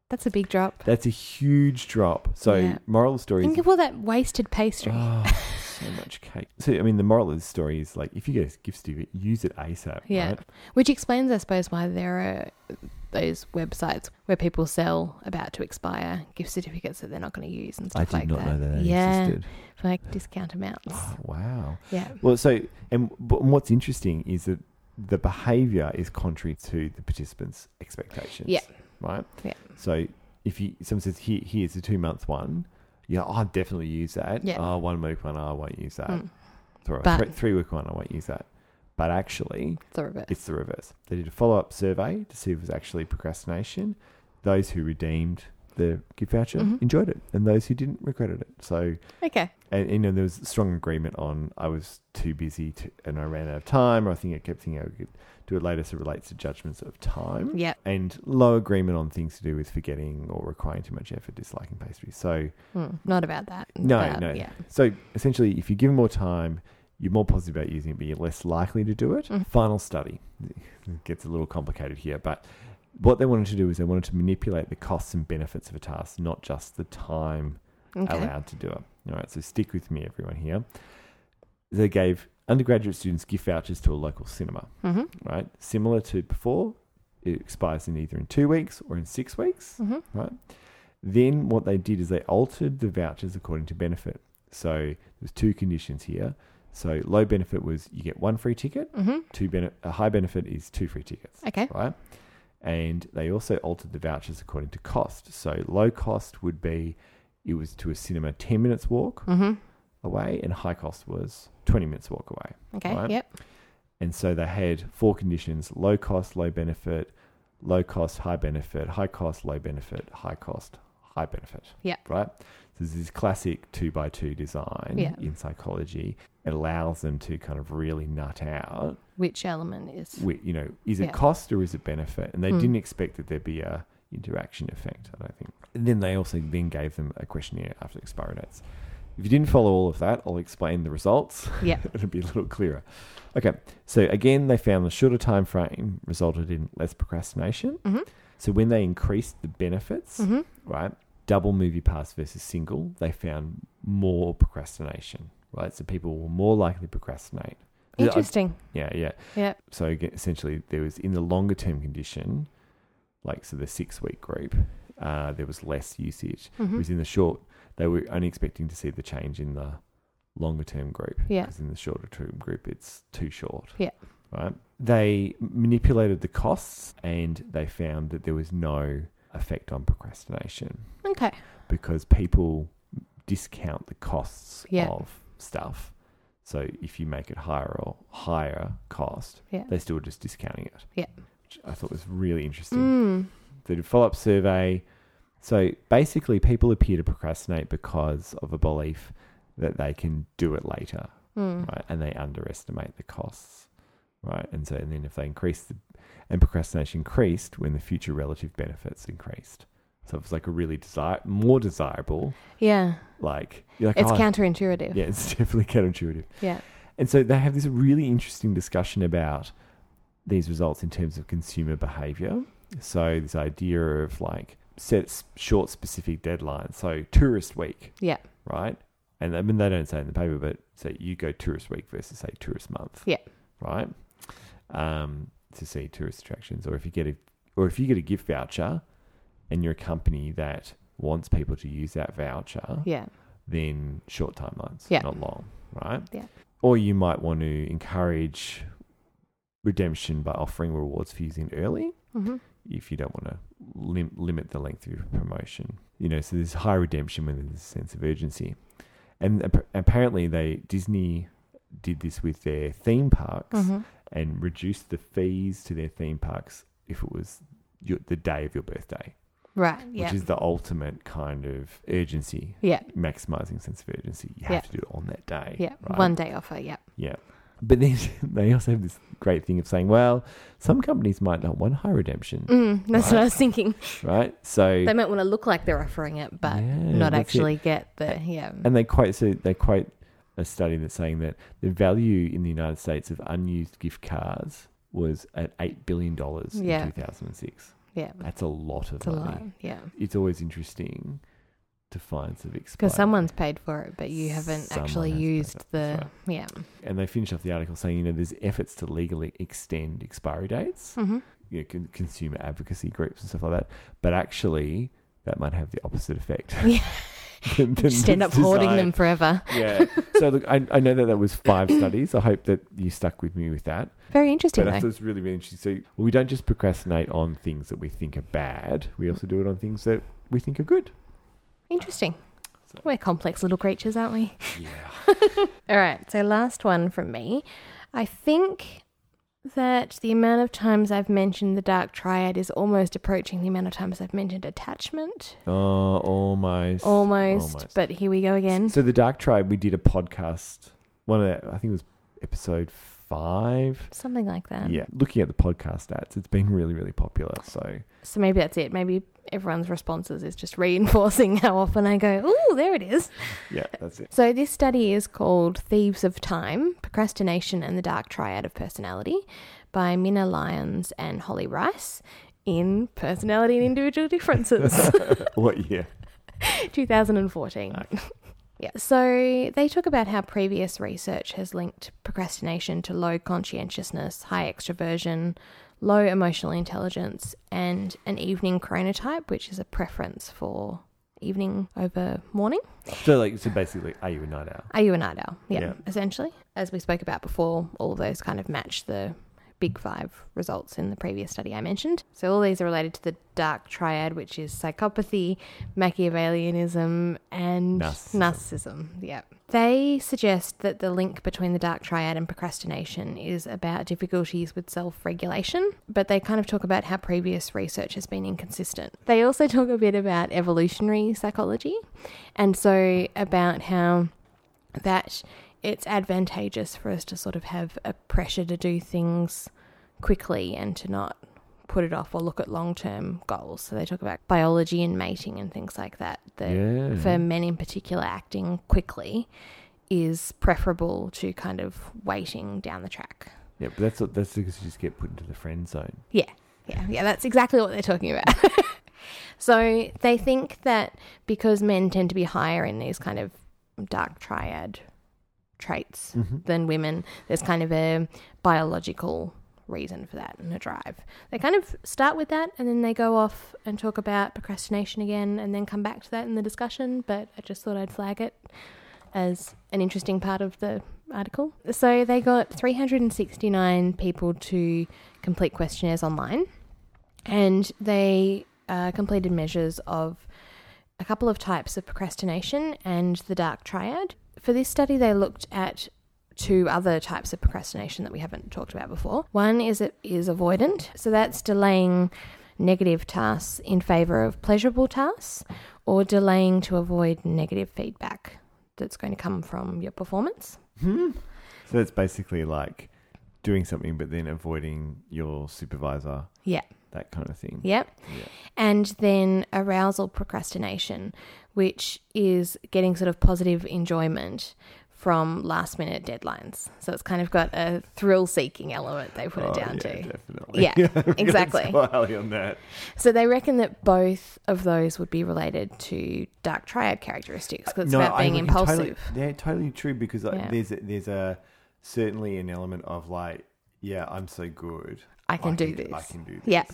A: That's a big drop.
B: That's a huge drop. So,
A: Yeah.
B: moral of the story is
A: Think of all that wasted pastry.
B: Oh,
A: (laughs)
B: so much cake. So, I mean, the moral of the story is like, if you get a gift certificate, use it ASAP.
A: Yeah.
B: Right?
A: Which explains, I suppose, why there are those websites where people sell about to expire gift certificates that they're not going to use and
B: I
A: stuff
B: did
A: like
B: not
A: that.
B: know that, that
A: yeah,
B: existed.
A: for like discount amounts.
B: Oh, wow.
A: Yeah.
B: Well, so, and but what's interesting is that the behavior is contrary to the participants' expectations.
A: Yeah.
B: Right?
A: Yeah.
B: So, if you, someone says, Here, here's a two month one, yeah, I'll definitely use that.
A: Yeah.
B: Oh, one week one, I won't use that.
A: Mm.
B: Sorry,
A: But-
B: three, three week one, I won't use that. But actually,
A: The reverse.
B: It's the reverse. They did a follow up survey to see if it was actually procrastination. Those who redeemed the gift voucher
A: Mhm.
B: enjoyed it, and those who didn't regretted it. So,
A: okay.
B: and you know, there was strong agreement on I was too busy to, and I ran out of time, or I think I kept thinking I could do it later, so it relates to judgments of time.
A: Yeah.
B: And low agreement on things to do with forgetting or requiring too much effort, disliking pastry. So,
A: Mm, not about that.
B: No,
A: About-
B: no.
A: Yeah.
B: so essentially, if you give more time, you're more positive about using it, but you're less likely to do it.
A: Mhm.
B: Final study it gets a little complicated here, but what they wanted to do is they wanted to manipulate the costs and benefits of a task, not just the time
A: Okay.
B: allowed to do it. All right, so stick with me, everyone here. They gave undergraduate students gift vouchers to a local cinema.
A: hmm
B: Right, similar to before, it expires in either in two weeks or in six weeks.
A: hmm
B: Then what they did is they altered the vouchers according to benefit. So there's two conditions here. So low benefit was you get one free ticket.
A: hmm
B: Two bene- a high benefit is two free tickets,
A: Okay.
B: right? And they also altered the vouchers according to cost. So low cost would be it was to a cinema 10 minutes walk
A: hmm
B: away, and high cost was 20 minutes walk away.
A: Okay.
B: Right.
A: Yep.
B: And so they had four conditions low cost, low benefit, low cost, high benefit, high cost, low benefit, high cost, high benefit.
A: Yeah.
B: Right? So this is classic two by two design
A: Yeah.
B: in psychology. It allows them to kind of really nut out.
A: Which element is?
B: With, you know, is it
A: Yeah.
B: cost or is it benefit? And they
A: Mm.
B: didn't expect that there'd be a interaction effect, I don't think. And then they also then gave them a questionnaire after expiry dates. If you didn't follow all of that, I'll explain the results.
A: Yep.
B: (laughs) It'll be a little clearer. Okay, so again, they found the shorter time frame resulted in less procrastination.
A: Mhm.
B: So when they increased the benefits,
A: hmm
B: right, double movie pass versus single, they found more procrastination, right? So people were more likely to procrastinate. Yeah, I-
A: Interesting.
B: Yeah, yeah.
A: Yep.
B: So again, essentially, there was in the longer term condition, like so the six week group, uh, there was less usage.
A: Mhm.
B: Whereas in the short, they were only expecting to see the change in the longer term group.
A: Yeah.
B: Because in the shorter term group, it's too short.
A: Yeah.
B: Right. They manipulated the costs and they found that there was no effect on procrastination
A: Okay.
B: because people discount the costs
A: Yeah.
B: of stuff. So if you make it higher or higher cost,
A: Yeah.
B: they're still just discounting it.
A: Yeah.
B: Which I thought was really interesting.
A: Mm.
B: They did a follow up survey. So basically, people appear to procrastinate because of a belief that they can do it later,
A: Mm.
B: right? And they underestimate the costs, right? And so, and then if they increase the, and procrastination increased when the future relative benefits increased. So it was like a really desire, more desirable
A: Yeah.
B: like, you're like
A: It's
B: "Oh,
A: counterintuitive.
B: yeah it's (laughs) definitely counterintuitive
A: Yeah.
B: and so they have this really interesting discussion about these results in terms of consumer behavior so this idea of like set s- short specific deadlines so tourist week
A: Yeah.
B: right and i mean they don't say in the paper but so you go tourist week versus say tourist month
A: Yeah.
B: right um to see tourist attractions or if you get a or if you get a gift voucher and you're a company that wants people to use that voucher
A: Yeah.
B: then short timelines,
A: Yeah.
B: not long, right?
A: Yeah.
B: Or you might want to encourage redemption by offering rewards for using it early
A: hmm
B: if you don't want to lim- limit the length of your promotion. You know, so there's high redemption when there's a sense of urgency. And ap- apparently they Disney did this with their theme parks
A: hmm
B: and reduced the fees to their theme parks if it was your, the day of your birthday,
A: Right. Yeah.
B: which is the ultimate kind of urgency
A: yeah.
B: maximizing sense of urgency. You have
A: Yeah.
B: to do it on that day.
A: Yeah.
B: right?
A: One day offer. Yeah.
B: Yeah. But then (laughs) they also have this great thing of saying, well, some companies might not want high redemption,
A: Mm, that's what
B: Right.
A: I was thinking.
B: right? So
A: They might want to look like they're offering it, but
B: Yeah,
A: not
B: that's it.
A: actually get the yeah.
B: and they quote so they quote a study that's saying that the value in the United States of unused gift cards was at eight billion dollars
A: Yeah.
B: in two thousand and six.
A: Yeah.
B: That's a lot of
A: It's a
B: money.
A: lot. Yeah.
B: It's always interesting to find cervix
A: Because
B: spike.
A: someone's paid for it, but you haven't actually
B: Someone has paid
A: used
B: for it,
A: the.
B: that's
A: Yeah.
B: and they finish off the article saying, you know, there's efforts to legally extend expiry dates,
A: hmm
B: you know, con- consumer advocacy groups and stuff like that. But actually, that might have the opposite effect.
A: (laughs) Yeah.
B: (laughs) than- than
A: Just end up
B: was
A: hoarding
B: designed.
A: them forever.
B: yeah. So look, I, I know that that was
A: (coughs)
B: five studies. I hope that you stuck with me with that.
A: Very interesting,
B: But that's
A: though.
B: what's really, really interesting. So we don't just procrastinate on things that we think are bad. We also do it on things that we think are good.
A: Interesting.
B: So-
A: We're complex little creatures, aren't we?
B: Yeah.
A: All right, so last one from me. I think that the amount of times I've mentioned the dark triad is almost approaching the amount of times I've mentioned attachment.
B: Oh, almost.
A: Almost,
B: Almost.
A: but here we go again.
B: So the Dark Tribe, we did a podcast. One of the, I think it was episode five.
A: Something like that.
B: yeah, looking at the podcast stats, it's been really, really popular. So
A: So maybe that's it. Maybe everyone's responses is just reinforcing (laughs) how often I go, "Ooh, there it is."
B: yeah, that's it. (laughs)
A: So, this study is called Thieves of Time Procrastination and the Dark Triad of Personality by Minna Lyons and Holly Rice in Personality and Individual
B: (laughs)
A: Differences,
B: what year?
A: 2014. (laughs) Yeah. So, they talk about how previous research has linked procrastination to low conscientiousness, high extroversion, low emotional intelligence, and an evening chronotype, which is a preference for evening over morning.
B: So like, so basically, are you a night owl?
A: Are you a night owl? Yeah,
B: Yeah.
A: essentially. As we spoke about before, all of those kind of match the big five results in the previous study I mentioned. So all these are related to the dark triad, which is psychopathy, Machiavellianism, and
B: Narcissism.
A: narcissism. Yeah. They suggest that the link between the dark triad and procrastination is about difficulties with self regulation, but they kind of talk about how previous research has been inconsistent. They also (laughs) talk a bit about evolutionary psychology and so about how that it's advantageous for us to sort of have a pressure to do things quickly and to not put it off or look at long term goals. So they talk about biology and mating and things like that. That
B: Yeah.
A: for men in particular, acting quickly is preferable to kind of waiting down the track.
B: Yeah, but that's what, that's because you just get put into the friend zone.
A: Yeah, yeah, yeah. That's exactly what they're talking about. (laughs) so they think that because men tend to be higher in these kind of dark triad traits than women, there's kind of a biological reason for that and a drive. They kind of start with that and then they go off and talk about procrastination again and then come back to that in the discussion, but I just thought I'd flag it as an interesting part of the article. So they got 369 people to complete questionnaires online, and they uh, completed measures of a couple of types of procrastination and the dark triad. For this study, they looked at two other types of procrastination that we haven't talked about before. One is is avoidant, so that's delaying negative tasks in favor of pleasurable tasks or delaying to avoid negative feedback that's going to come from your performance.
B: So that's basically like doing something, but then avoiding your supervisor,
A: Yeah.
B: that kind of thing.
A: Yep.
B: Yeah.
A: And then arousal procrastination, which is getting sort of positive enjoyment from last minute deadlines. So it's kind of got a thrill seeking element they put
B: Oh,
A: it down
B: yeah,
A: to.
B: definitely. (laughs)
A: Yeah, exactly.
B: That's highly on that.
A: So they reckon that both of those would be related to dark triad characteristics because it's about
B: I
A: being
B: reckon
A: impulsive.
B: Totally, they're totally true because like,
A: Yeah.
B: there's a, there's a certainly an element of like, yeah, I'm so good.
A: I can do
B: d- I
A: this.
B: can do this.
A: Yeah.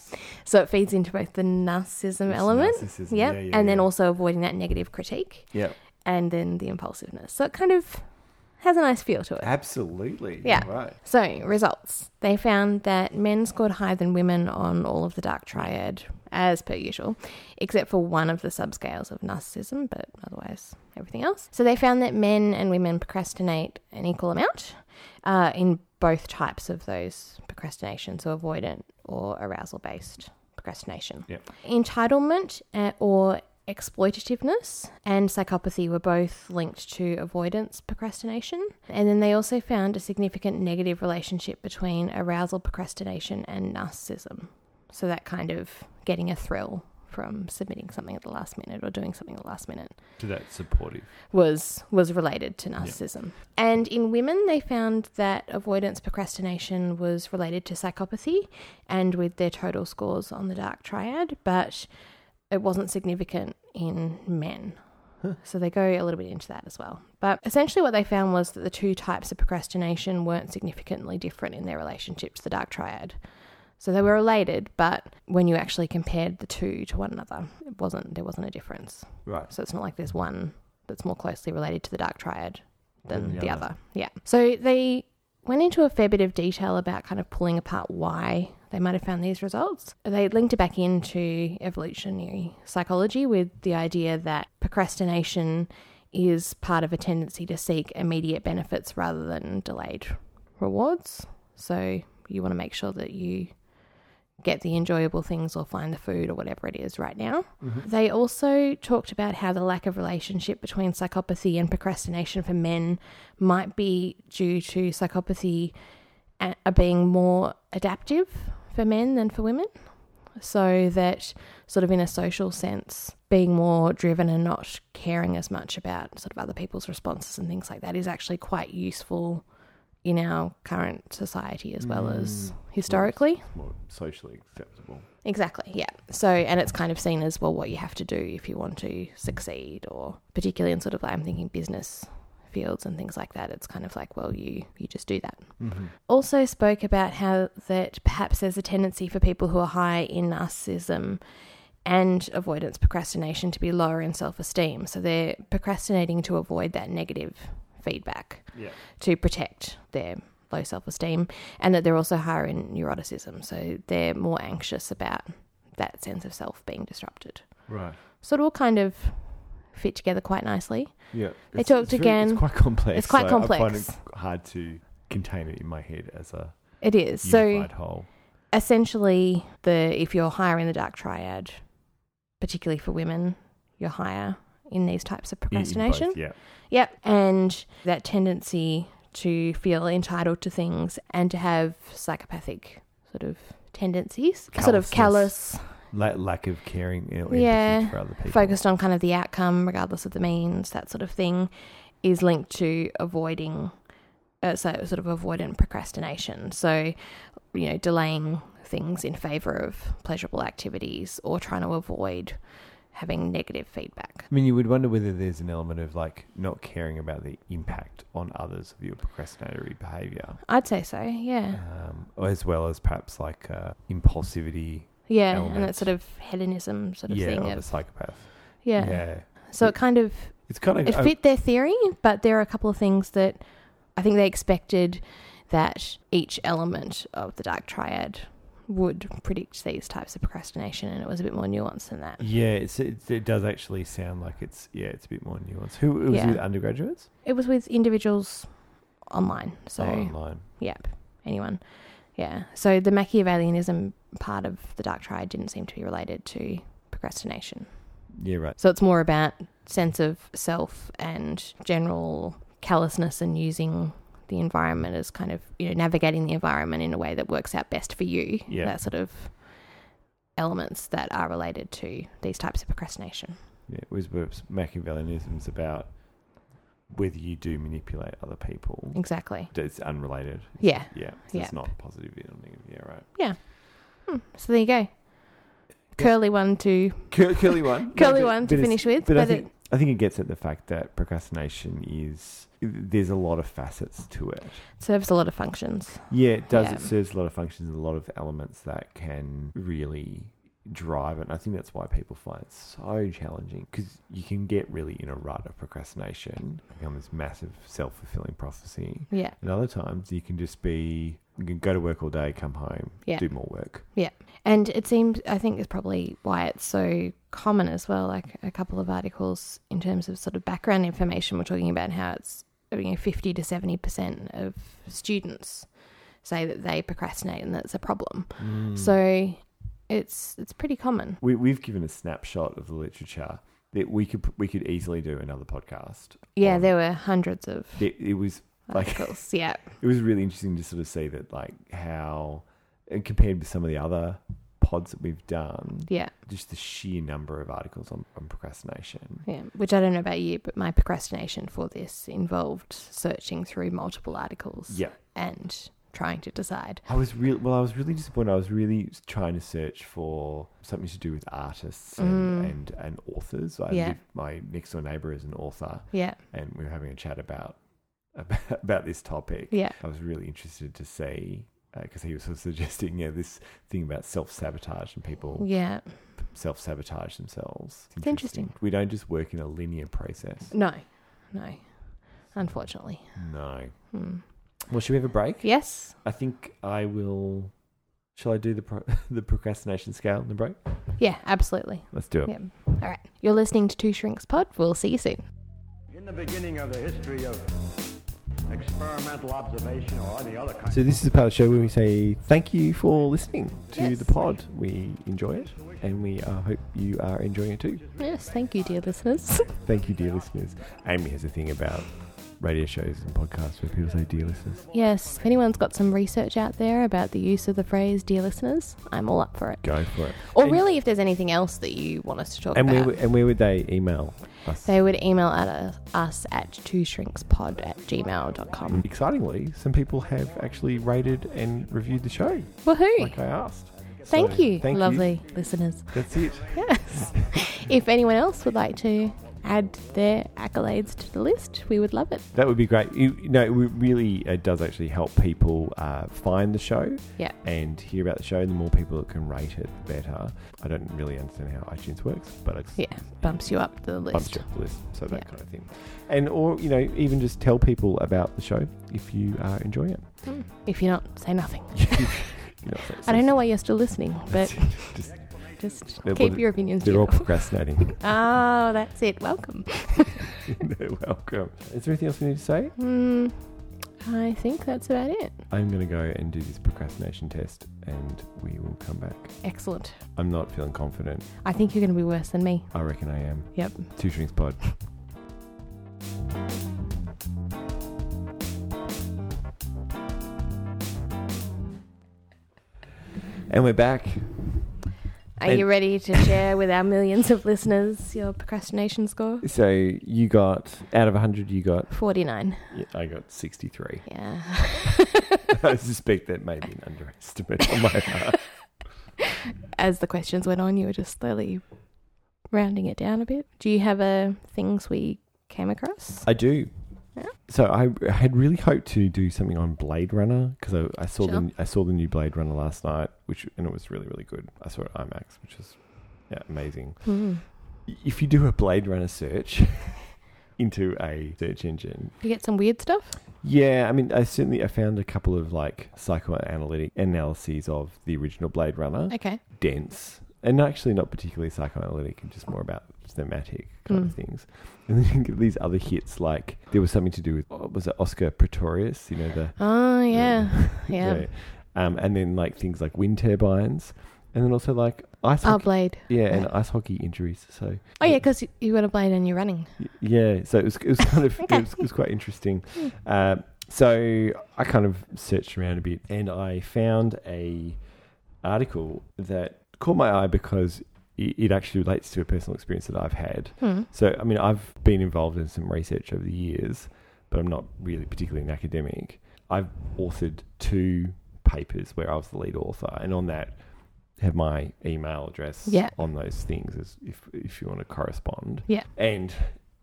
A: So it feeds into both the narcissism
B: It's
A: element.
B: narcissism,
A: Yep.
B: yeah, yeah,
A: and then
B: yeah.
A: also avoiding that negative critique
B: Yeah.
A: and then the impulsiveness. So it kind of has a nice feel to it.
B: Absolutely.
A: Yeah.
B: Right.
A: So, results. They found that men scored higher than women on all of the dark triad, as per usual, except for one of the subscales of narcissism, but otherwise everything else. So, they found that men and women procrastinate an equal amount uh, in both types of those procrastination, so avoidant or arousal based procrastination.
B: Yeah.
A: Entitlement uh, or exploitativeness and psychopathy were both linked to avoidance procrastination. And then they also found a significant negative relationship between arousal procrastination and narcissism. So that kind of getting a thrill from submitting something at the last minute or doing something at the last minute
D: to that supportive.
A: was was related to narcissism. And in women they found that avoidance procrastination was related to psychopathy and with their total scores on the dark triad, but it wasn't significant in men. So they go a little bit into that as well. But essentially, what they found was that the two types of procrastination weren't significantly different in their relationship to the dark triad. So they were related, but when you actually compared the two to one another, it wasn't there wasn't a difference.
D: Right.
A: So it's not like there's one that's more closely related to the dark triad than
D: Than the
A: the
D: other.
A: other. Yeah. So they went into a fair bit of detail about kind of pulling apart why they might have found these results. They linked it back into evolutionary psychology with the idea that procrastination is part of a tendency to seek immediate benefits rather than delayed rewards. So you want to make sure that you get the enjoyable things or find the food or whatever it is right now. They also talked about how the lack of relationship between psychopathy and procrastination for men might be due to psychopathy a- a being more adaptive for men than for women. So that sort of in a social sense, being more driven and not caring as much about sort of other people's responses and things like that is actually quite useful in our current society as well as historically.
B: It's more socially acceptable.
A: Exactly, yeah. So, and it's kind of seen as well what you have to do if you want to succeed, or particularly in sort of like I'm thinking business fields and things like that. It's kind of like, well, you you just do that.
D: Mm-hmm.
A: Also spoke about how that perhaps there's a tendency for people who are high in narcissism and avoidance procrastination to be lower in self-esteem. So they're procrastinating to avoid that negative feedback
D: Yeah.
A: to protect their low self esteem, and that they're also higher in neuroticism. So they're more anxious about that sense of self being disrupted.
D: Right.
A: So it all kind of fit together quite nicely.
B: Yeah,
A: They
B: It's-
A: talked
B: it's really-
A: again-
B: It's quite complex.
A: it's quite
B: so I find
A: complex.
B: it hard to contain it in my head as a
A: It is. So
B: unified whole.
A: essentially the if you're higher in the dark triad, particularly for women, you're higher in these types of
B: In- in both,
A: procrastination.
B: yeah,
A: Yep. And that tendency to feel entitled to things and to have psychopathic sort of tendencies, sort of
B: Callousness.
A: callous,
B: La- lack of caring, you know,
A: Yeah.
B: empathy for other people.
A: focused on kind of the outcome regardless of the means, that sort of thing, is linked to avoiding, uh, so sort of avoidant procrastination. So, you know, delaying things in favor of pleasurable activities or trying to avoid having negative feedback.
B: I mean, you would wonder whether there's an element of like not caring about the impact on others of your procrastinatory behavior,
A: I'd say so, yeah.
B: um, or as well as perhaps like uh, impulsivity.
A: Yeah, and
B: element.
A: that sort of hedonism sort of
B: yeah,
A: thing.
B: of a
A: Of,
B: psychopath.
A: yeah. So it kind of
B: it's kind of
A: it fit their theory, but there are a couple of things that I think they expected that each element of the dark triad would predict these types of procrastination, and it was a bit more nuanced than that.
B: Yeah, it's, it, it does actually sound like it's yeah, it's a bit more nuanced. Who it was
A: Yeah.
B: with undergraduates?
A: It was with individuals online, so
B: oh, online.
A: yep, anyone, yeah. So the Machiavellianism part of the dark triad didn't seem to be related to procrastination.
B: Yeah, right.
A: So it's more about sense of self and general callousness and using the environment as kind of you know navigating the environment in a way that works out best for you.
B: Yeah.
A: That sort of elements that are related to these types of procrastination.
B: Yeah, it was what Machiavellianism's about whether you do manipulate other people.
A: Exactly.
B: It's unrelated.
A: Yeah.
B: Yeah, so it's
A: Yeah.
B: not positive or negative. Yeah, right.
A: So there you go. Curly one to
B: Cur- curly one.
A: (laughs) curly
B: No, but-
A: one to
B: but it's-
A: finish with,
B: But I
A: but
B: think,
A: it,
B: I think it gets at the fact that procrastination is there's a lot of facets to it.
A: serves a lot of functions.
B: Yeah, it does.
A: Yeah.
B: It serves a lot of functions, a lot of elements that can really drive it. And I think that's why people find it so challenging because you can get really in a rut of procrastination, become this massive self fulfilling prophecy.
A: Yeah.
B: And other times you can just be, you can go to work all day, come home,
A: Yeah.
B: do more work.
A: And it seems, I think, is probably why it's so common as well. Like a couple of articles in terms of sort of background information were talking about how it's you know, 50 to 70% of students say that they procrastinate and that's a problem.
B: Hmm. Mm.
A: So it's it's pretty common.
B: We, we've given a snapshot of the literature that we could we could easily do another podcast.
A: Yeah,
B: on.
A: there were hundreds of
B: It, it was like
A: articles. (laughs) yeah.
B: it was really interesting to sort of see that like how and compared with some of the other
E: pods that we've done,
A: Yeah.
E: just the sheer number of articles on, on procrastination.
A: Yeah, which I don't know about you, but my procrastination for this involved searching through multiple articles
E: Yeah.
A: and trying to decide.
E: I was real well. I was really disappointed. I was really trying to search for something to do with artists and
A: Mm.
E: and, and authors. I
A: Yeah.
E: live, my next door neighbor is an author,
A: Yeah,
E: and we were having a chat about (laughs) about, about this topic.
A: yeah,
E: I was really interested to see because he was sort of suggesting yeah this thing about self sabotage and people
A: yeah.
E: self sabotage themselves.
A: It's interesting.
E: We don't just work in a linear process.
A: No, no, unfortunately.
E: No.
A: Hmm.
E: Well, should we have a break?
A: Yes,
E: I think I will. Shall I do the pro- (laughs) the procrastination scale in the break?
A: yeah, absolutely.
E: Let's do it.
A: Yeah. All right. You're listening to Two Shrinks Pod. We'll see you soon.
C: In the beginning of the history of experimental observation or any other kind
B: So this is the part of the show where we say thank you for listening to
A: Yes.
B: the pod. We enjoy it, and we uh, hope you are enjoying it too.
A: Yes, thank you, dear listeners.
B: Thank you, dear listeners. Amy has a thing about radio shows and podcasts where people say dear listeners.
A: (laughs) yes, if anyone's got some research out there about the use of the phrase "dear listeners," I'm all up for it.
B: Go for it.
A: Or
B: And-
A: Oh, really, if there's anything else that you want us to talk
B: And
A: about.
B: where, would- and where would they email us?
A: They would email at us, us at two shrinkspod at gmail.com.
B: Um, Excitingly, some people have actually rated and reviewed the show,
A: Woohoo!
B: like I asked.
A: thank
B: So,
A: you,
B: thank you.
A: lovely listeners.
B: That's it.
A: Yes. (laughs) if anyone else would like to add their accolades to the list, we would love it.
B: (laughs) That would be great. You, you know, it really it does actually help people uh, find the show
A: Yeah.
B: and hear about the show. The more people that can rate it, the better. I don't really understand how iTunes works, but it's
A: Yeah, bumps you up the
B: bumps
A: list.
B: you up the list, so that
A: Yeah.
B: kind of thing. And or you know, even just tell people about the show if you are
A: (laughs)
B: enjoying it.
A: Hmm. If you're not, say
B: (laughs)
A: nothing.
B: You know, so-
A: I
B: so-
A: don't know why you're still
B: (laughs)
A: listening,
B: that's
A: but
B: it. Just-
A: just
B: They're
A: keep
B: all-
A: your opinions to
B: they're all
A: yourself. (laughs)
B: procrastinating. (laughs)
A: Oh, that's it. Welcome.
B: They're welcome. Is there anything else we need to say?
A: Hmm. I think that's about it.
B: I'm going to go and do this procrastination test, and we will come back.
A: Excellent.
B: I'm not feeling confident.
A: I think you're going to be worse than me.
B: I reckon I am.
A: Yep.
B: Two strings pod.
A: (laughs)
B: And we're back.
A: Are
B: And-
A: you ready
B: (laughs)
A: to share with our millions of listeners your procrastination score?
B: So you got out of 100, you got
A: 49.
B: I got (laughs) 63.
A: (laughs) Yeah.
B: I suspect that may be an underestimate on my part.
A: As the questions went on, you were just slowly rounding it down a bit. Do you have uh, things we came across?
B: I do.
A: Yeah.
B: So I, I had really hoped to do something on Blade Runner because I, I saw
A: Sure.
B: the I saw the new Blade Runner last night, which and it was really really good. I saw it at IMAX, which is yeah, amazing.
A: Hmm.
B: if you do a Blade Runner search (laughs) into a search engine,
A: You get some weird stuff?
B: yeah, I mean, I certainly I found a couple of like psychoanalytic analyses of the original Blade Runner,
A: Okay.
B: dense and actually not particularly psychoanalytic, and just more about thematic kind
A: Mm.
B: of things. (laughs) And then you get these other hits, like there was something to do with oh, was it Oscar Pretorius? You know the
A: Oh, yeah. Yeah.
B: Um, and then like things like wind turbines, and then also like ice
A: Oh,
B: hockey,
A: blade.
B: yeah, and ice hockey injuries. So
A: Oh, yeah, because you got a blade and you're running.
B: Y- Yeah, so it was, it was kind of
A: Okay.
B: it, was, it was quite interesting. Uh, so I kind of searched around a bit, and I found a article that caught my eye because it, it actually relates to a personal experience that I've had.
A: Hmm.
B: So I mean, I've been involved in some research over the years, but I'm not really particularly an academic. I've authored two papers where I was the lead author, and on that have my email address
A: Yeah.
B: on those things as if if you want to correspond.
A: Yeah.
B: And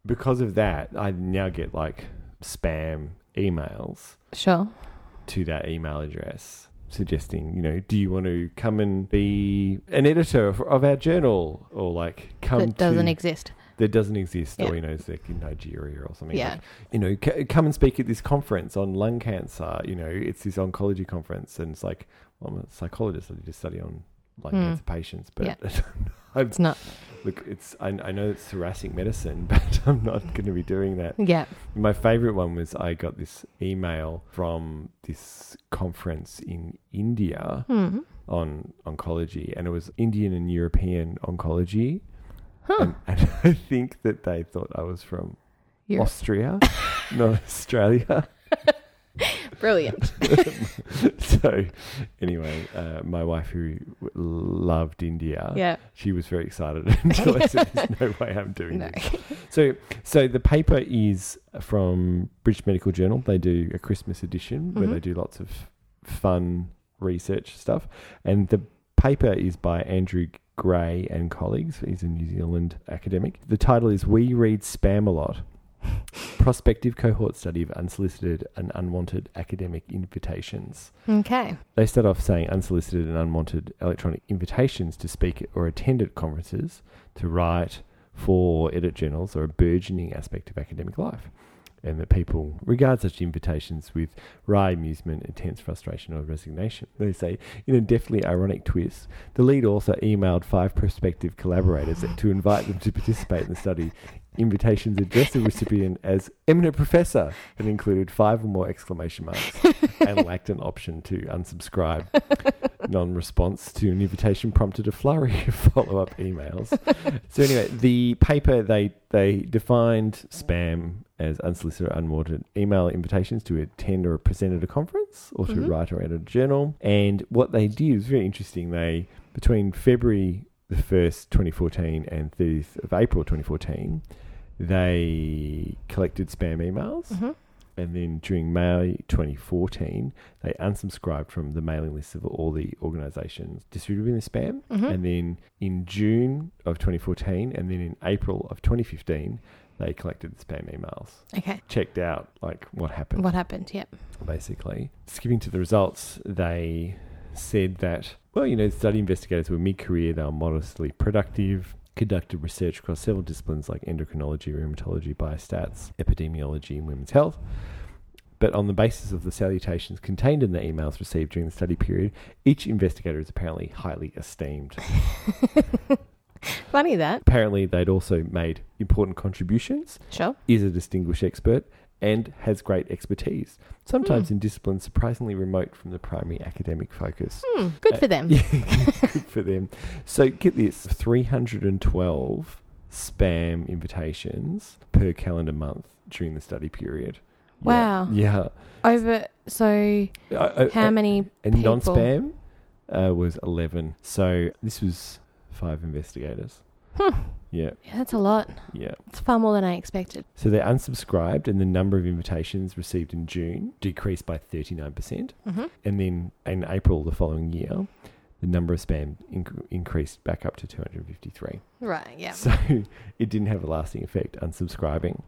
B: because of that, I now get like spam emails
A: Sure.
B: to that email address suggesting, you know, do you want to come and be an editor of, of our journal or like come
A: that doesn't
B: to,
A: exist.
B: that doesn't exist
A: Yeah.
B: or you know, it's like in Nigeria or something
A: Yeah.
B: like, you know, c- come and speak at this conference on lung cancer, you know, it's this oncology conference and it's like, well, I'm a psychologist, I did a study on lung
A: Hmm.
B: cancer patients, but (laughs)
A: Yeah.
B: I've
A: It's not.
B: Look, it's I, I know it's thoracic medicine, (laughs) but I'm not going to be
A: (laughs)
B: doing that.
A: Yeah.
B: My favorite one was I got this email from this conference in India
A: Hmm.
B: on oncology, and it was Indian and European oncology.
A: Huh.
B: And, (laughs) and I think that they thought I was from (laughs)
A: Europe.
B: Austria, not Australia.
A: Brilliant.
B: (laughs) so, anyway, uh, my wife who w- loved India,
A: Yeah.
B: she was very excited (laughs) until I said, "There's no way I'm
A: (laughs)
B: doing
A: No.
B: this." So, so the paper is from British Medical Journal. They do a Christmas edition where
A: Mhm.
B: they do lots of fun research stuff, and the paper is by Andrew Gray and colleagues. He's a New Zealand academic. The title is "We Read Spam a Lot." (laughs) Prospective cohort study of unsolicited and unwanted academic invitations.
A: Okay.
B: They start off saying unsolicited and unwanted electronic invitations to speak or attend at conferences, to write for or edit journals are a burgeoning aspect of academic life, and that people regard such invitations with wry amusement, intense frustration, or resignation. They say, in a deftly ironic twist, the lead author emailed five prospective collaborators to invite them to participate in the study. Invitations addressed the recipient as eminent professor and included five or more exclamation marks and lacked an option to unsubscribe. Non response to an invitation prompted a flurry of follow up emails. So, anyway, the paper they, they defined spam as unsolicited, unwanted email invitations to attend or present at a conference or to
A: Mhm.
B: write or edit a journal. And what they did was very interesting. They, between February the 1st, 2014, and 30th of April 2014, they collected spam emails.
A: hmm
B: And then during May 2014, they unsubscribed from the mailing list of all the organizations distributing the spam.
A: hmm
B: And then in June of 2014, and then in April of 2015, they collected the spam emails,
A: Okay.
B: checked out like what happened
A: What happened? Yep.
B: basically. Skipping to the results, they said that, well, you know, study investigators were mid career, they were modestly productive, conducted research across several disciplines like endocrinology, rheumatology, biostats, epidemiology, and women's health. But on the basis of the salutations contained in the emails received during the study period, each investigator is apparently highly esteemed.
A: Funny that.
B: apparently, they'd also made important contributions
A: Sure.
B: is a distinguished expert and has great expertise, sometimes
A: Hmm.
B: in disciplines surprisingly remote from the primary academic focus.
A: Hmm. Good for them.
B: Uh, (laughs) Yeah, good for them. So get this 312 spam invitations per calendar month during the study period. Yeah,
A: Wow.
B: Yeah.
A: Over. So
B: I- I-
A: how
B: I-
A: many?
B: and
A: people?
B: non spam uh, was 11. So this was five investigators.
A: Hmm.
B: Yeah,
A: Yeah, that's a lot.
B: yeah.
A: It's far more than I expected.
B: So they unsubscribed, and the number of invitations received in June decreased by 39%.
A: hmm
B: And then in April the following year, the number of spam inc- increased back up to 253.
A: Right. Yeah.
B: (laughs) So it didn't have a lasting effect, unsubscribing.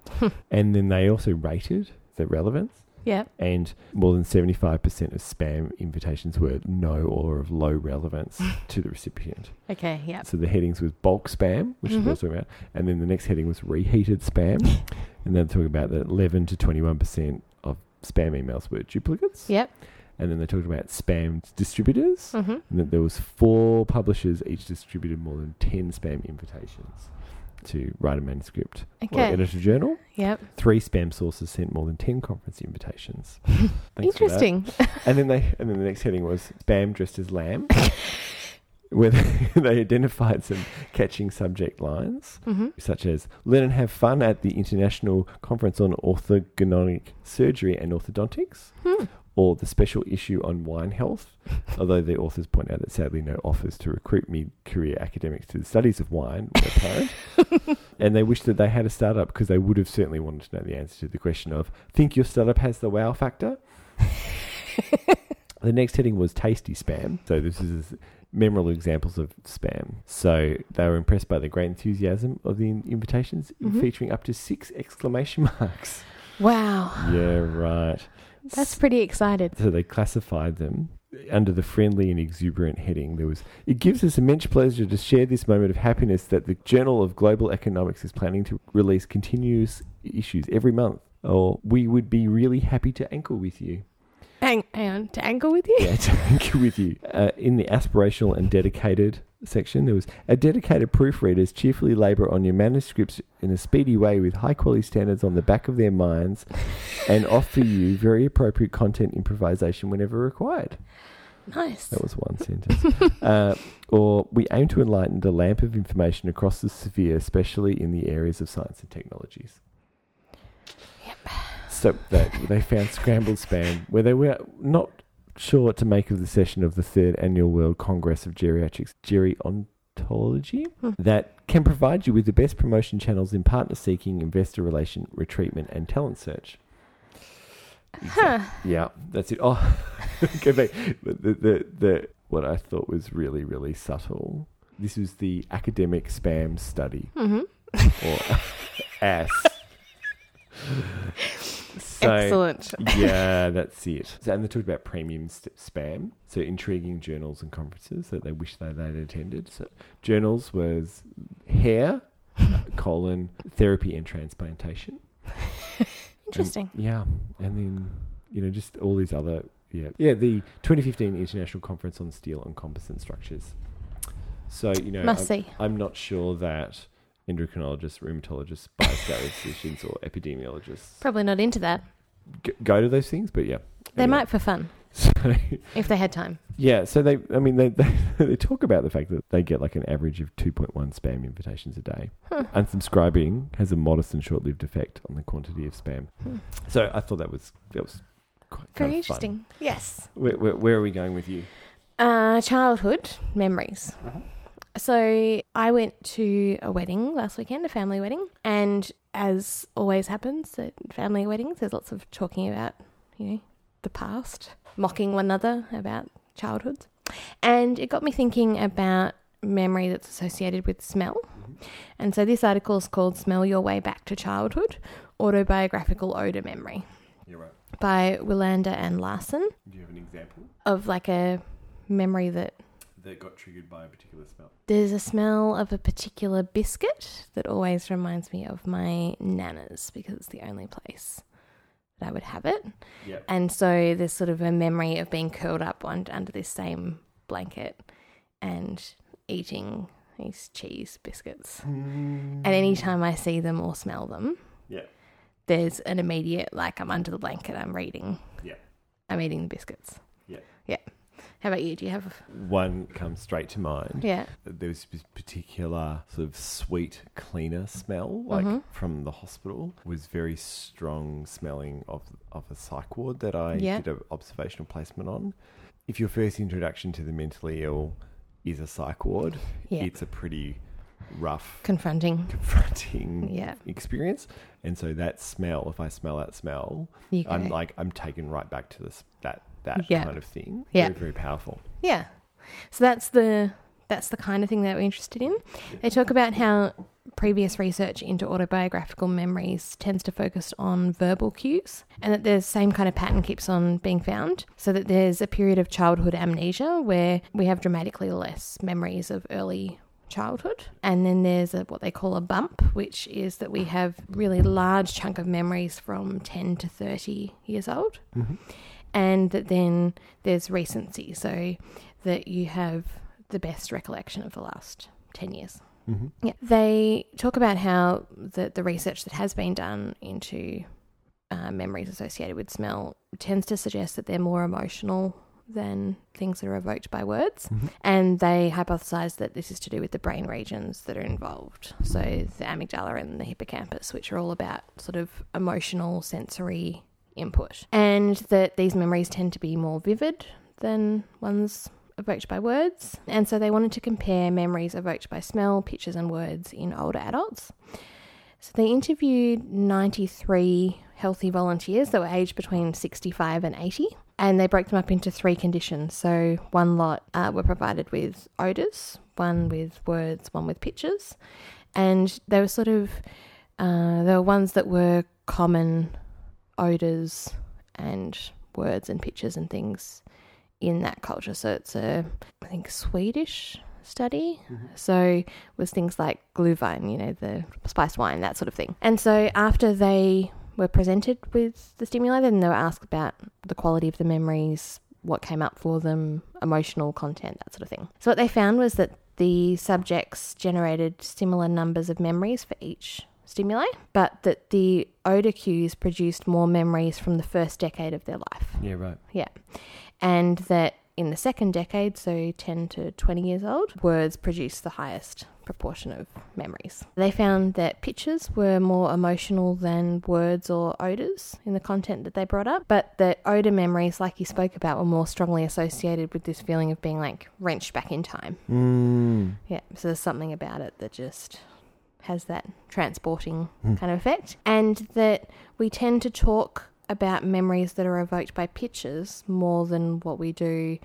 B: and then they also rated the relevance,
A: yeah.
B: and more than 75% of spam invitations were no or of low relevance to the recipient.
A: Okay. Yeah.
B: So the headings was bulk spam, which is
A: Mhm.
B: what I was talking about, and then the next heading was reheated
A: (laughs)
B: spam, and then talking about that 11 to 21% of spam emails were duplicates.
A: Yep.
B: And then they talked about spam distributors,
A: hmm
B: and that there was four publishers each distributed more than 10 spam invitations to write a manuscript or
A: Okay.
B: edit a journal.
A: Yep.
B: Three spam sources sent more than 10
A: (laughs)
B: conference invitations. Thanks for that.
A: Interesting.
B: And then they, and then the next heading was spam dressed as lamb, (laughs) where they, (laughs) they identified some catching subject lines
A: hmm
B: such as learn and have fun at the International Conference on Orthogonomic Surgery and Orthodontics,
A: Hmm.
B: or the special issue on wine health. Although the authors point out that sadly no offers to recruit mid-career academics to the studies of wine were apparent, and they wish that they had a startup because they would have certainly wanted to know the answer to the question of think your startup has the wow factor. the next heading was tasty spam. So this is memorable examples of spam. So they were impressed by the great enthusiasm of the in- invitations,
A: Mhm.
B: featuring up to six exclamation marks.
A: Wow.
B: yeah, right.
A: That's pretty excited.
B: So they classified them under the friendly and exuberant heading. There was, it gives us immense pleasure to share this moment of happiness that the Journal of Global Economics is planning to release continuous issues every month. Or we would be really happy to anchor with you.
A: Hang, hang on. To angle with you.
B: Yeah, to anchor with you. Uh, in the aspirational and dedicated section, there was our dedicated proofreaders cheerfully labour on your manuscripts in a speedy way with high quality standards on the back of their minds and offer you very appropriate content improvisation whenever required.
A: (laughs) Nice.
B: That was one sentence. (laughs) uh, or we aim to enlighten the lamp of information across the sphere, especially in the areas of science and technologies. Yep. so that they found scrambled spam where they were not sure what to make of the session of the third annual World Congress of Geriatrics Gerontology
A: Hmm.
B: that can provide you with the best promotion channels in partner seeking, investor relation, retreatment, and talent search.
A: Huh.
B: Yeah, that's it. Oh, (laughs) go back. But The, the, the, what I thought was really, really subtle. This was the academic spam study,
A: Mm-hmm.
B: or (laughs) ASS. So-
A: Excellent.
B: yeah, that's it. So, and they talked about premium st- spam, so intriguing journals and conferences that they wish they they'd attended. So journals was hair, (laughs) uh, colon therapy and transplantation.
A: Interesting.
B: Yeah, and then you know just all these other yeah yeah the 2015 International Conference on Steel and Composite Structures. So you know
A: Must
B: I'm-
A: see.
B: I'm not sure that endocrinologists, rheumatologists, biostatisticians, or epidemiologists
A: Probably not into that.
B: g- go to those things, but yeah.
A: They
B: anyway.
A: might for fun
B: (laughs) So,
A: if they had time.
B: yeah, so they, I mean, they, (laughs) they, they talk about the fact that they get like an average of 2.1 spam invitations a day.
A: Huh.
B: Unsubscribing has a modest and short lived effect on the quantity of spam.
A: Hmm.
B: So I thought that was, that was quite kind
A: Very
B: of fun.
A: interesting. Yes.
B: Where, where, where are we going with you?
A: Uh, childhood memories. So I went to a wedding last weekend, a family wedding, and as always happens at family weddings, there's lots of talking about, you know, the past, mocking one another about childhoods. And it got me thinking about memory that's associated with smell. And so this article is called Smell Your Way Back to Childhood Autobiographical Odour Memory
B: You're right.
A: by Willander and Larson
B: Do you have an example
A: of like a memory that
B: that got triggered by a particular smell?
A: There's a smell of a particular biscuit that always reminds me of my nana's because it's the only place that I would have it.
B: Yeah.
A: And so there's sort of a memory of being curled up on, under this same blanket and eating these cheese biscuits. And
B: Mm.
A: any time I see them or smell them,
B: Yeah.
A: there's an immediate like I'm under the blanket, I'm reading,
B: Yeah.
A: I'm eating the biscuits.
B: Yeah.
A: Yeah. How about you? Do you have?
B: One comes straight to mind.
A: Yeah.
B: there was this particular sort of sweet cleaner smell, like
A: Mm-hmm.
B: from the hospital, was very strong smelling of of a psych ward that I
A: Yeah.
B: did an observational placement on. If your first introduction to the mentally ill is a psych ward,
A: Yeah.
B: it's a pretty rough,
A: Confronting.
B: confronting
A: Yeah.
B: experience. And so that smell, if I smell that smell,
A: You go.
B: I'm like I'm taken right back to this that that
A: Yeah.
B: kind of thing.
A: Yeah.
B: Very, very powerful.
A: Yeah. So that's the that's the kind of thing that we're interested in. They talk about how previous research into autobiographical memories tends to focus on verbal cues and that the same kind of pattern keeps on being found so that there's a period of childhood amnesia where we have dramatically less memories of early childhood and then there's a, what they call a bump which is that we have really large chunk of memories from 10 to 30 years old
B: Mm-hmm.
A: and that then there's recency, so that you have the best recollection of the last 10 years.
B: Mm-hmm.
A: Yeah. They talk about how the, the research that has been done into uh, memories associated with smell tends to suggest that they're more emotional than things that are evoked by words. And they hypothesize that this is to do with the brain regions that are involved. So the amygdala and the hippocampus, which are all about sort of emotional, sensory input. And that these memories tend to be more vivid than ones evoked by words. And so they wanted to compare memories evoked by smell, pictures, and words in older adults. So they interviewed 93 healthy volunteers that were aged between 65 and 80, and they broke them up into three conditions. So one lot uh, were provided with odours, one with words, one with pictures, and they were sort of uh, there were ones that were common odours and words and pictures and things in that culture. So it's a I think Swedish study. So was things like glühwein, you know, the spiced wine, that sort of thing. And so after they were presented with the stimuli, then they were asked about the quality of the memories, what came up for them, emotional content, that sort of thing. So what they found was that the subjects generated similar numbers of memories for each stimuli, but that the odor cues produced more memories from the first decade of their life.
B: Yeah, right.
A: Yeah. And that in the second decade, so 10 to 20 years old, words produce the highest proportion of memories. They found that pictures were more emotional than words or odours in the content that they brought up, but that odour memories, like you spoke about, were more strongly associated with this feeling of being like wrenched back in time.
B: Mm.
A: Yeah, so there's something about it that just has that transporting kind of effect. And that we tend to talk about memories that are evoked by pictures more than what we do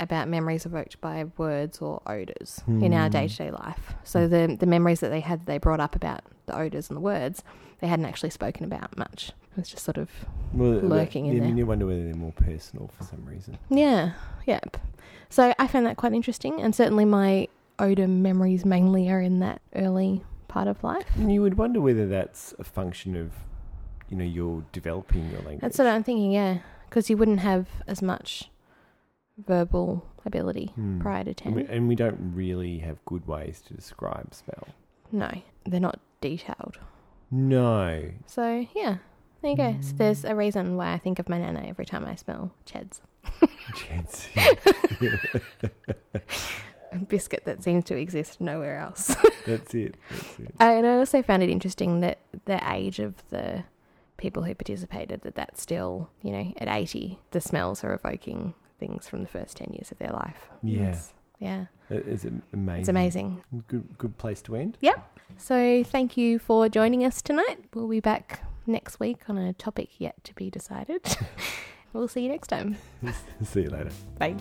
A: about memories evoked by words or odours in our day to day life. So the, the memories that they had that they brought up about the odours and the words, they hadn't actually spoken about much. It was just sort of
B: Well,
A: Lurking in
B: yeah,
A: there.
B: You wonder whether they're more personal for some reason.
A: Yeah, yep. So I found that quite interesting, and certainly my odor memories mainly are in that early part of life.
B: And you would wonder whether that's a function of, you know, you're developing your language.
A: That's what I'm thinking, yeah, because you wouldn't have as much verbal ability
B: Hmm.
A: prior to
B: and,
A: 10.
B: we, and we don't really have good ways to describe smell.
A: No, they're not detailed.
B: No. (laughs)
A: So, yeah, there you go.
B: Hmm.
A: So there's a reason why I think of my nana every time I smell Cheds.
B: Chance.
A: A biscuit that seems to exist nowhere else. (laughs)
B: that's it. That's it.
A: Uh, and I also found it interesting that the age of the people who participated, that that's still, you know, at 80, the smells are evoking things from the first 10 years of their life.
B: Yeah.
A: It's- yeah.
B: It- It's am- amazing.
A: It's amazing.
B: Good, good place to end. (laughs)
A: So thank you for joining us tonight. We'll be back next week on a (laughs) topic yet to be decided. we'll see you next time.
B: See you later.
A: Bye.